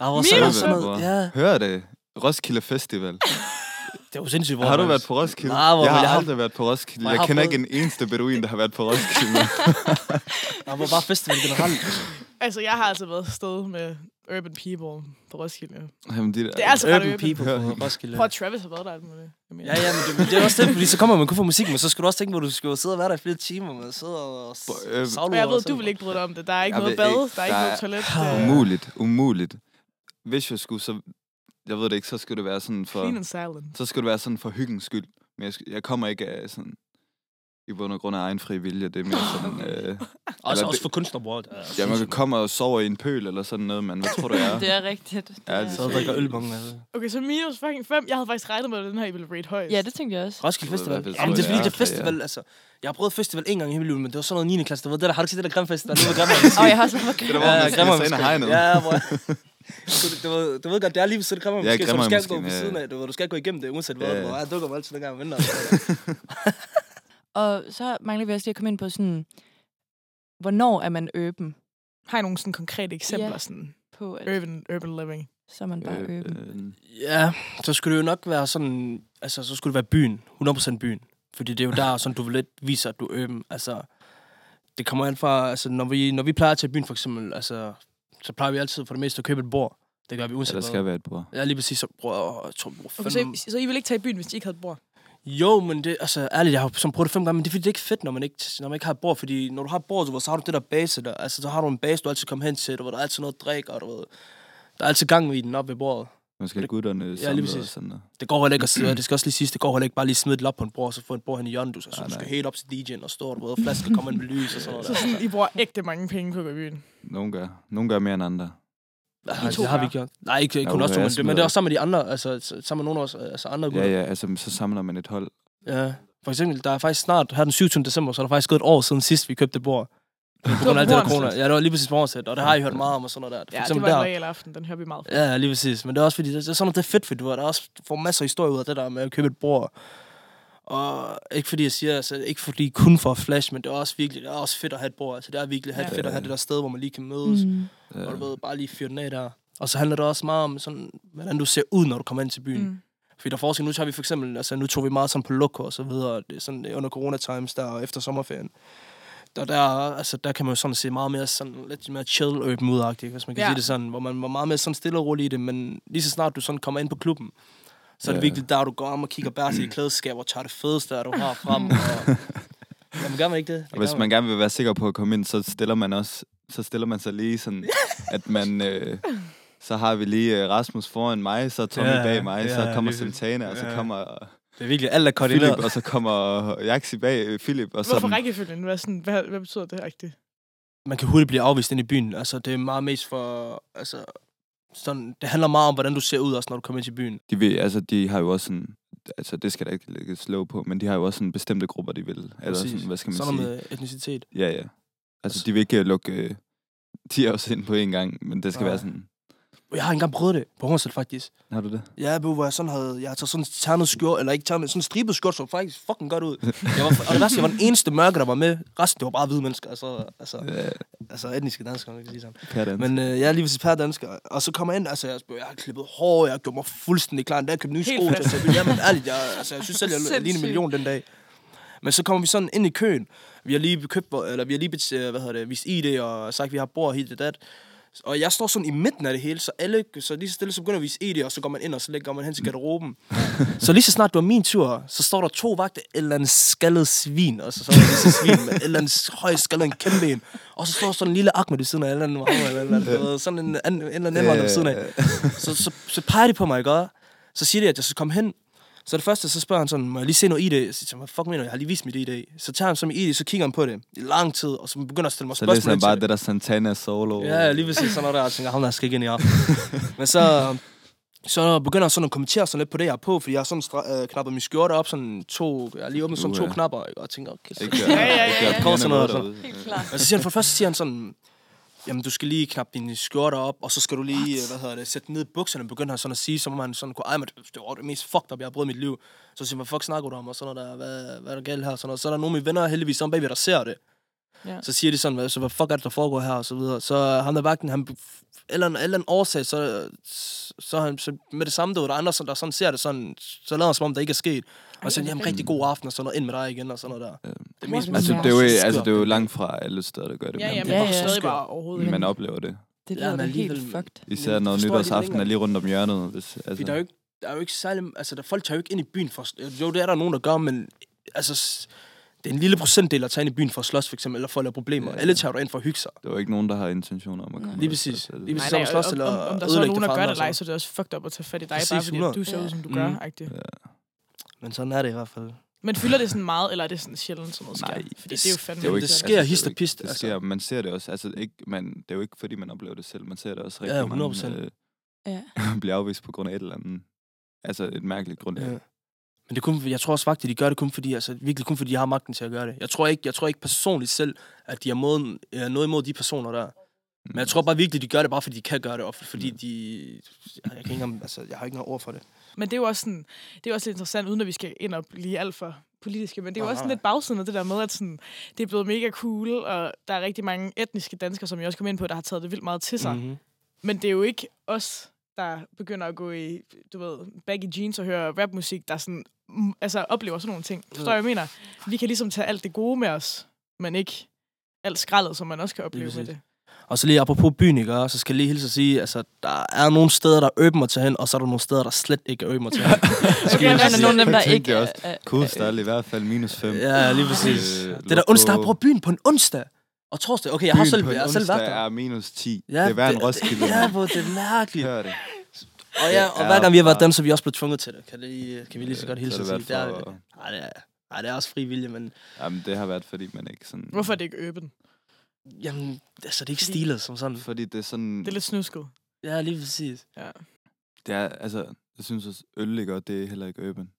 Speaker 1: Au, og så er der
Speaker 7: Minus
Speaker 1: sådan
Speaker 7: fem.
Speaker 1: noget. Ja,
Speaker 7: Hør det. Roskilde Festival.
Speaker 1: det er jo sindssygt.
Speaker 7: Har du
Speaker 1: man-
Speaker 7: været på Roskilde?
Speaker 1: Nej, hvor-
Speaker 7: jeg har
Speaker 1: jeg har-
Speaker 7: aldrig været på Roskilde.
Speaker 1: Jeg
Speaker 7: Jeg
Speaker 1: har
Speaker 7: kender
Speaker 1: prøvet-
Speaker 7: ikke en eneste beduin, der har været på Roskilde.
Speaker 1: Nej, hvor bare festival generelt.
Speaker 3: Altså, jeg har altså været sted med urban people på Roskilde.
Speaker 7: Jamen, de der...
Speaker 3: Det er altså ret
Speaker 1: Urban
Speaker 3: urban.
Speaker 1: people
Speaker 7: Ja.
Speaker 1: på Roskilde.
Speaker 3: Prøv at Travis har været der alt muligt. Jeg mener.
Speaker 1: Ja, ja, men det, det er også det, fordi så kommer man kun for musik, men så skal du også tænke på, at du skal jo sidde og være der i flere timer, men sidde og s-
Speaker 7: Bo- øh,
Speaker 1: savle
Speaker 3: Og jeg
Speaker 1: over
Speaker 3: ved,
Speaker 1: dig
Speaker 3: du
Speaker 1: selv.
Speaker 3: vil ikke bryde dig om det. Der er ikke
Speaker 7: Jeg
Speaker 3: noget
Speaker 7: ved
Speaker 3: bad,
Speaker 7: ikke.
Speaker 3: der er ikke
Speaker 7: øh, Der
Speaker 3: noget
Speaker 7: er-
Speaker 3: toilet.
Speaker 7: Umuligt. Umuligt. Hvis jeg skulle, så... Jeg ved det ikke, så skulle det være sådan for...
Speaker 3: Clean and silent.
Speaker 7: Så skulle det være sådan for hyggens skyld. Men jeg, sk- jeg kommer ikke af sådan... I bund og grund af egen fri vilje. Det er mere sådan... Øh,
Speaker 1: Også,
Speaker 7: Eller
Speaker 1: også
Speaker 7: det-
Speaker 1: for Altså, kunstnerbrød. Ja,
Speaker 7: ja, man kan komme og sove i en pøl eller sådan noget, men hvad tror du, jeg er?
Speaker 5: Det er rigtigt. Det
Speaker 7: Ja,
Speaker 5: er-
Speaker 7: det er
Speaker 1: Så drikker ølbongen. Altså.
Speaker 3: Okay, så minus fucking 5. Jeg havde faktisk regnet med, at den her I ville rate højst.
Speaker 5: ja, det tænkte jeg også.
Speaker 1: Roskilde
Speaker 7: Du ved,
Speaker 1: Festival.
Speaker 7: hvad det
Speaker 1: Ja, men det er
Speaker 7: er.
Speaker 1: fordi, det er
Speaker 7: Ja, ja.
Speaker 1: festival, altså. Jeg har prøvet festival en gang i hele livet, men det var sådan noget 9. klasse. Du ved, det der, har du ikke set det der Grimfestival? Det var Grimmer.
Speaker 5: Og jeg har også været
Speaker 7: Det der, hvor man skal
Speaker 1: Grimmer-
Speaker 7: sig ind i hegnet.
Speaker 1: Ja, hvor... Du, du, ved, du ved godt, det er lige ved siden af Grimmer,
Speaker 7: Ja,
Speaker 1: måske, så du
Speaker 7: Grimmer
Speaker 1: skal
Speaker 7: måske,
Speaker 1: gå på
Speaker 7: ja.
Speaker 1: siden af. Du, ved, du skal gå igennem det, uanset hvad.
Speaker 7: Ja.
Speaker 1: Ja. Jeg dukker mig altid, dengang jeg venter.
Speaker 5: Og så mangler vi også lige at komme ind på sådan, hvornår er man øben
Speaker 3: Har I nogle sådan konkrete eksempler,
Speaker 5: Ja.
Speaker 3: sådan
Speaker 5: på, at
Speaker 3: urban, urban living?
Speaker 5: så er man bare
Speaker 7: Øh,
Speaker 5: øben?
Speaker 3: øhm.
Speaker 7: øh,
Speaker 1: Ja, så skulle det jo nok være sådan, altså så skulle det være byen, 100% byen. Fordi det er jo der, sådan, du vil lidt viser, at du er øben. Altså, det kommer an fra, altså når vi, når vi plejer at tage i byen for eksempel, altså, så plejer vi altid for det meste at købe et bord. Det gør vi
Speaker 7: Ja,
Speaker 1: uanset
Speaker 7: der skal
Speaker 1: hvad.
Speaker 7: være et bord.
Speaker 1: Ja, lige præcis, så bror, jeg tror, bror,
Speaker 3: Okay, så, I, så I ville ikke tage i byen, hvis I ikke havde et bord?
Speaker 1: jo, men det, altså ærligt, jeg har jo sådan prøvet det fem gange, men det er fordi, det er ikke fedt, når man ikke, når man ikke har et bord, fordi når du har et bord, du ved, så har du det der base der, altså så har du en base, du altid kommer hen til, du ved, der er altid noget drik, og du ved, der er altid gang i den op ved bordet.
Speaker 7: Man skal
Speaker 1: Det-
Speaker 7: have gutterne ja,
Speaker 1: lige
Speaker 7: samlet og
Speaker 1: præcis.
Speaker 7: sådan noget.
Speaker 1: Det går heller ikke at sidde, det skal også lige siges, det går heller ikke bare lige smide et lap på en bord, og så få en bord hen i hjørnet, du skal, så
Speaker 7: Nej,
Speaker 1: du
Speaker 7: nej.
Speaker 1: skal helt op til DJ'en og stå der, og flasken kommer ind med lys og sådan noget.
Speaker 3: Så sådan, I bruger ægte mange penge på at gå i byen.
Speaker 7: Nogle gør. Nogle gør mere end andre.
Speaker 1: Nej,
Speaker 3: I to
Speaker 1: det har vi
Speaker 3: gør.
Speaker 1: ikke gjort. Nej, ikke ikke
Speaker 7: Nå,
Speaker 1: kun os to,
Speaker 7: jeg
Speaker 1: men, det, men
Speaker 7: smider-
Speaker 1: det er også sammen med de andre, altså s- sammen med nogle af os, altså andre
Speaker 7: Ja,
Speaker 1: gutter.
Speaker 7: ja, altså så samler man et hold.
Speaker 1: ja. For eksempel, der er faktisk snart, her den 27. december, så er der faktisk gået et år siden sidst, vi købte det bord. På grund af alt det der
Speaker 3: Hornslet.
Speaker 1: corona. Ja, det var lige præcis på Hornslet, og det har I hørt meget om og sådan noget der. For
Speaker 3: Ja, det
Speaker 1: eksempel
Speaker 3: var en
Speaker 1: der,
Speaker 3: real aften. Den hører vi meget fra.
Speaker 1: Ja, lige præcis. Men det er også fordi, det det er sådan noget, det er fedt, fordi du har- der er også du får masser af historie ud af det der med at købe et bord. Og ikke fordi jeg siger, altså, ikke fordi kun for at flash, men det er også virkelig, det er også fedt at have et bord. Altså, det er virkelig
Speaker 3: Ja.
Speaker 1: ja. fedt at have det der sted, hvor man lige kan mødes. Mm.
Speaker 5: Mm.
Speaker 7: Ja.
Speaker 1: Og du ved, bare lige fyre den af der. Og så handler det også meget om, sådan, hvordan du ser ud, når du kommer ind til byen. Mm.
Speaker 3: Mm.
Speaker 1: Fordi der er forskel, nu tager vi for eksempel, altså nu tog vi meget sådan på Loco og så videre, det er sådan øh, under corona times der og efter sommerferien. Der, der, altså, der kan man jo sådan se meget mere sådan, lidt mere chill open ud hvis man
Speaker 3: Ja.
Speaker 1: kan ja. sige det sådan, hvor man var meget mere sådan stille og rolig i det, men lige så snart du sådan kommer ind på klubben, så er det
Speaker 7: Ja.
Speaker 1: virkelig der, du går om og kigger bare til i klædeskab og tager det fedeste, der du har frem. Og... Jamen, gør man ikke det?
Speaker 7: Og
Speaker 1: det
Speaker 7: hvis
Speaker 1: gør
Speaker 7: man gerne vil være sikker på at komme ind, så stiller man også, så stiller man sig lige sådan, at man, øh, så har vi lige øh, Rasmus foran mig, så Tommy
Speaker 1: Ja,
Speaker 7: ja, bag mig,
Speaker 1: ja,
Speaker 7: så kommer
Speaker 1: lige præcis.
Speaker 7: Santana, og så
Speaker 1: Ja.
Speaker 7: kommer
Speaker 1: Det er virkelig alt er
Speaker 7: Philip,
Speaker 1: koordineret.
Speaker 7: og så kommer Jaxi bag øh, Philip, og så
Speaker 3: Hvorfor rækkefølgen? Hvad, sådan, hvad, hvad betyder det rigtigt?
Speaker 1: Man kan hurtigt blive afvist ind i byen. Altså, det er meget mest for... Altså, sådan, det handler meget om, hvordan du ser ud, også når du kommer ind til byen.
Speaker 7: de, vil, altså, de har jo også sådan, altså det skal der ikke lægge slå på, men de har jo også sådan bestemte grupper, de vil, eller
Speaker 1: Præcis.
Speaker 7: sådan, hvad skal man
Speaker 1: Sådan
Speaker 7: sige?
Speaker 1: noget med etnicitet.
Speaker 7: Ja, ja. Altså,
Speaker 1: Altså-
Speaker 7: de vil ikke øh, lukke øh, de er også ind på én gang, men det skal
Speaker 1: Nej.
Speaker 7: være sådan,
Speaker 1: Og jeg har engang prøvet det på Hornslet, faktisk.
Speaker 7: har du det?
Speaker 1: Ja, hvor jeg sådan havde... Jeg havde taget sådan en ternet skjort, eller ikke ternet, sådan en stribet skjort, så faktisk fucking godt ud. Jeg var, og det værste, jeg var den eneste mørke, der var med. Resten, det var bare hvide mennesker, altså, altså,
Speaker 7: Ja,
Speaker 1: altså etniske danskere, man kan sige sådan.
Speaker 7: pærdans.
Speaker 1: Men øh, jeg er lige ved sit par dansker, og så kommer jeg ind, altså jeg, spørger, jeg har klippet hår, jeg gjorde mig fuldstændig klar, en dag jeg købte nye
Speaker 3: Helt
Speaker 1: sko til
Speaker 3: fast.
Speaker 1: at tage billeder. Jamen ærligt, jeg, altså, jeg synes selv, jeg ligner en
Speaker 5: Sindssygt.
Speaker 1: million den dag. Men så kommer vi sådan ind i køen, vi har lige købt, vor- eller vi har lige bet- øh, hvad hedder det, vist ID og sagt, at vi har bord og helt det dat. Og jeg står sådan i midten af det hele, så alle, så lige så stille, så begynder vi at vise ID, og så går man ind, og så lægger man hen til garderoben. så lige så snart det var min tur, så står der to vagter, et eller andet skaldet svin, og så står der lige så svin med et eller andet højt skaldet en kæmpe en. Og så står der sådan en lille Ahmed ved siden af, eller anden Mohammed, eller, eller, eller sådan en, anden, en eller anden indvandrer ved siden af. Så, så, så peger de på mig, ikke? også? Så siger de, at jeg skal komme hen. Så det første, så spørger han sådan, må jeg lige se noget ID? Jeg siger, til ham, hvad fuck mener du? Jeg har lige vist mit ID. Så tager han så mit ID, så kigger han på det i lang tid, og så begynder at stille mig
Speaker 7: Så
Speaker 1: spørgsmål.
Speaker 7: læser han
Speaker 1: ind til
Speaker 7: bare
Speaker 1: det.
Speaker 7: det der Santana solo.
Speaker 1: Ja, lige ved sådan noget der, og jeg tænker, ham der skal ikke ind i aften. Men så, så begynder jeg sådan at kommentere sådan lidt på det, jeg har på, fordi jeg har sådan stra- øh, knappet min skjorte op, sådan to, jeg har lige åbnet sådan to
Speaker 7: Uha.
Speaker 1: knapper, ikke? og jeg tænker, okay, så.
Speaker 7: Ikke,
Speaker 5: Ja, ja, ja, ja.
Speaker 1: Kommer sådan noget
Speaker 5: Helt klart.
Speaker 1: Og så siger han, for det første siger han sådan, jamen du skal lige knappe dine skjorter op, og så skal du lige, What? hvad hedder det, sætte den ned i bukserne, begynder han sådan at sige, som om han sådan kunne, ej, men det var det mest fucked up, jeg har brugt i mit liv. Så siger han, hvad fuck snakker du om, og sådan noget der, hvad, hvad er der galt her, og sådan noget. Så er der nogle af mine venner heldigvis om bagved, der ser det.
Speaker 5: Ja.
Speaker 1: Så siger de sådan, hvad, så hvad fuck er det, der foregår her, og så videre. Så øh, ham der vagten, han, eller en, eller en årsag, så, så, er han, så med det samme, der var der er andre, som- der sådan ser det sådan, så lader han som om, der ikke er sket. Og så, jamen rigtig god aften, og sådan noget, ind med dig igen, og sådan noget der. Det mest-
Speaker 5: What?
Speaker 7: Altså,
Speaker 5: Ja.
Speaker 7: det er jo,
Speaker 1: Skørt,
Speaker 7: altså, det er jo
Speaker 1: det.
Speaker 7: langt fra alle steder, der gør det.
Speaker 3: Ja, ja,
Speaker 7: men
Speaker 3: men
Speaker 5: Ja,
Speaker 3: ja, ja.
Speaker 5: ja.
Speaker 3: stadig bare overhovedet.
Speaker 7: Man oplever det.
Speaker 5: Det
Speaker 1: Ja,
Speaker 5: lyder
Speaker 1: men
Speaker 5: da helt
Speaker 1: alligevel-
Speaker 5: fucked.
Speaker 7: Især
Speaker 1: Men
Speaker 7: når
Speaker 1: forstår jeg det
Speaker 7: nytårsaften
Speaker 1: ikke
Speaker 7: er lige rundt om hjørnet. Hvis, altså,
Speaker 1: Fordi der er jo ikke, der er jo ikke særlig... Altså, der, folk tager jo ikke ind i byen for... at- Jo, det er der nogen, der gør, men... Altså, s- det er en lille procentdel, der tager ind i byen for at slås, for eksempel, eller for at lave problemer.
Speaker 7: Ja,
Speaker 1: Ja,
Speaker 7: ja.
Speaker 1: ja. Alle tager jo ind for at hygge sig.
Speaker 7: der er jo ikke nogen, der har intentioner om at komme.
Speaker 1: Lige
Speaker 7: ud.
Speaker 1: præcis.
Speaker 7: Altså, det-
Speaker 1: Lige
Speaker 3: Nej,
Speaker 1: præcis.
Speaker 3: nej,
Speaker 1: Hvis der er slås
Speaker 3: om, om,
Speaker 1: eller
Speaker 3: om der så er
Speaker 1: ødelægge
Speaker 3: nogen, der
Speaker 1: det altså. for
Speaker 3: gør
Speaker 1: andre
Speaker 3: det eller ej,
Speaker 1: og
Speaker 3: så er det også fucked up at tage fat i dig,
Speaker 1: Præcis,
Speaker 3: bare fordi
Speaker 1: 100.
Speaker 3: du ser ud, som du
Speaker 1: Ja.
Speaker 3: gør.
Speaker 1: Mm.
Speaker 3: agtigt.
Speaker 1: Men sådan er det i hvert fald.
Speaker 3: Men fylder det sådan meget, eller er det sådan sjældent, sådan noget sker?
Speaker 7: Nej,
Speaker 3: Fordi det er jo fandme
Speaker 1: Altså, det er jo ikke-
Speaker 3: irriterende.
Speaker 1: det sker
Speaker 7: er jo
Speaker 1: hist og
Speaker 7: ikke-
Speaker 1: pist,
Speaker 7: Det
Speaker 1: altså.
Speaker 7: sker, man ser det også. Altså, ikke, man, det er jo ikke, fordi man oplever det selv. Man ser det
Speaker 1: Ja,
Speaker 7: også rigtig
Speaker 1: 100%.
Speaker 7: mange
Speaker 5: Ja.
Speaker 7: øh, bliver afvist på grund af et eller andet. Altså, et mærkeligt grund.
Speaker 1: Ja. Men det er kun, jeg tror også faktisk, at de gør det kun fordi, altså virkelig kun fordi, de har magten til at gøre det. Jeg tror ikke, jeg tror ikke personligt selv, at de har måden, er noget imod de personer der. er. Men jeg tror bare virkelig, de gør det bare fordi, de kan gøre det, og fordi de... Jeg, kan ikke engang, altså, jeg har ikke noget ord for det.
Speaker 3: Men det er jo også, sådan, det er jo også lidt interessant, uden at vi skal ind og blive alt for politiske, men det er jo
Speaker 1: Nej,
Speaker 3: også sådan
Speaker 1: nej.
Speaker 3: lidt bagsiden af det der med, at sådan, det er blevet mega cool, og der er rigtig mange etniske danskere, som jeg også kom ind på, der har taget det vildt meget til sig. Mm.
Speaker 1: Mm-hmm.
Speaker 3: Men det er jo ikke os, der begynder at gå i, du ved, baggy jeans og høre rapmusik, der sådan, mm, altså oplever sådan nogle ting. Forstår jeg, hvad jeg mener? Vi kan ligesom tage alt det gode med os, men ikke alt skraldet, som man også kan opleve med
Speaker 1: præcis.
Speaker 3: det.
Speaker 1: Og så lige apropos byen, ikke? også? Så skal jeg lige hilse at sige, altså, der er nogle steder, der er åben at tage hen, og så er der nogle steder, der slet ikke er åben at tage hen.
Speaker 5: Okay,
Speaker 1: jeg
Speaker 5: men der er
Speaker 1: sige.
Speaker 5: nogle af dem, der
Speaker 7: Jeg tænkte
Speaker 5: ikke
Speaker 7: det
Speaker 5: er...
Speaker 7: også. Kudstal i hvert fald minus 5.
Speaker 1: ja, lige
Speaker 7: øh,
Speaker 1: præcis. Det er der onsdag, jeg bruger byen på en onsdag. Og torsdag, okay, jeg har selv, jeg har selv været der.
Speaker 7: er minus 10.
Speaker 1: Ja,
Speaker 7: det er hver en Roskilde.
Speaker 1: Ja, hvor det er mærkeligt.
Speaker 7: Hør det.
Speaker 1: Og ja, og
Speaker 7: Ja,
Speaker 1: hver gang vi har været
Speaker 7: bare-
Speaker 1: dem, så er vi også blevet tvunget til det. Kan, det, lige- kan vi lige så godt hilse og
Speaker 7: det
Speaker 1: sige.
Speaker 7: været
Speaker 1: Det er,
Speaker 7: for,
Speaker 1: nej, det er, nej, det er også fri vilje, men
Speaker 7: jamen, det har været, fordi man ikke sådan...
Speaker 3: Hvorfor er det ikke Urban?
Speaker 1: jamen, altså, det er ikke
Speaker 3: Fordi-
Speaker 1: stilet som sådan.
Speaker 7: Fordi det er sådan...
Speaker 3: Det er lidt snusket.
Speaker 1: Ja, lige præcis.
Speaker 3: Ja.
Speaker 7: Det er, altså, jeg synes også, øl ligger, det er heller ikke urban.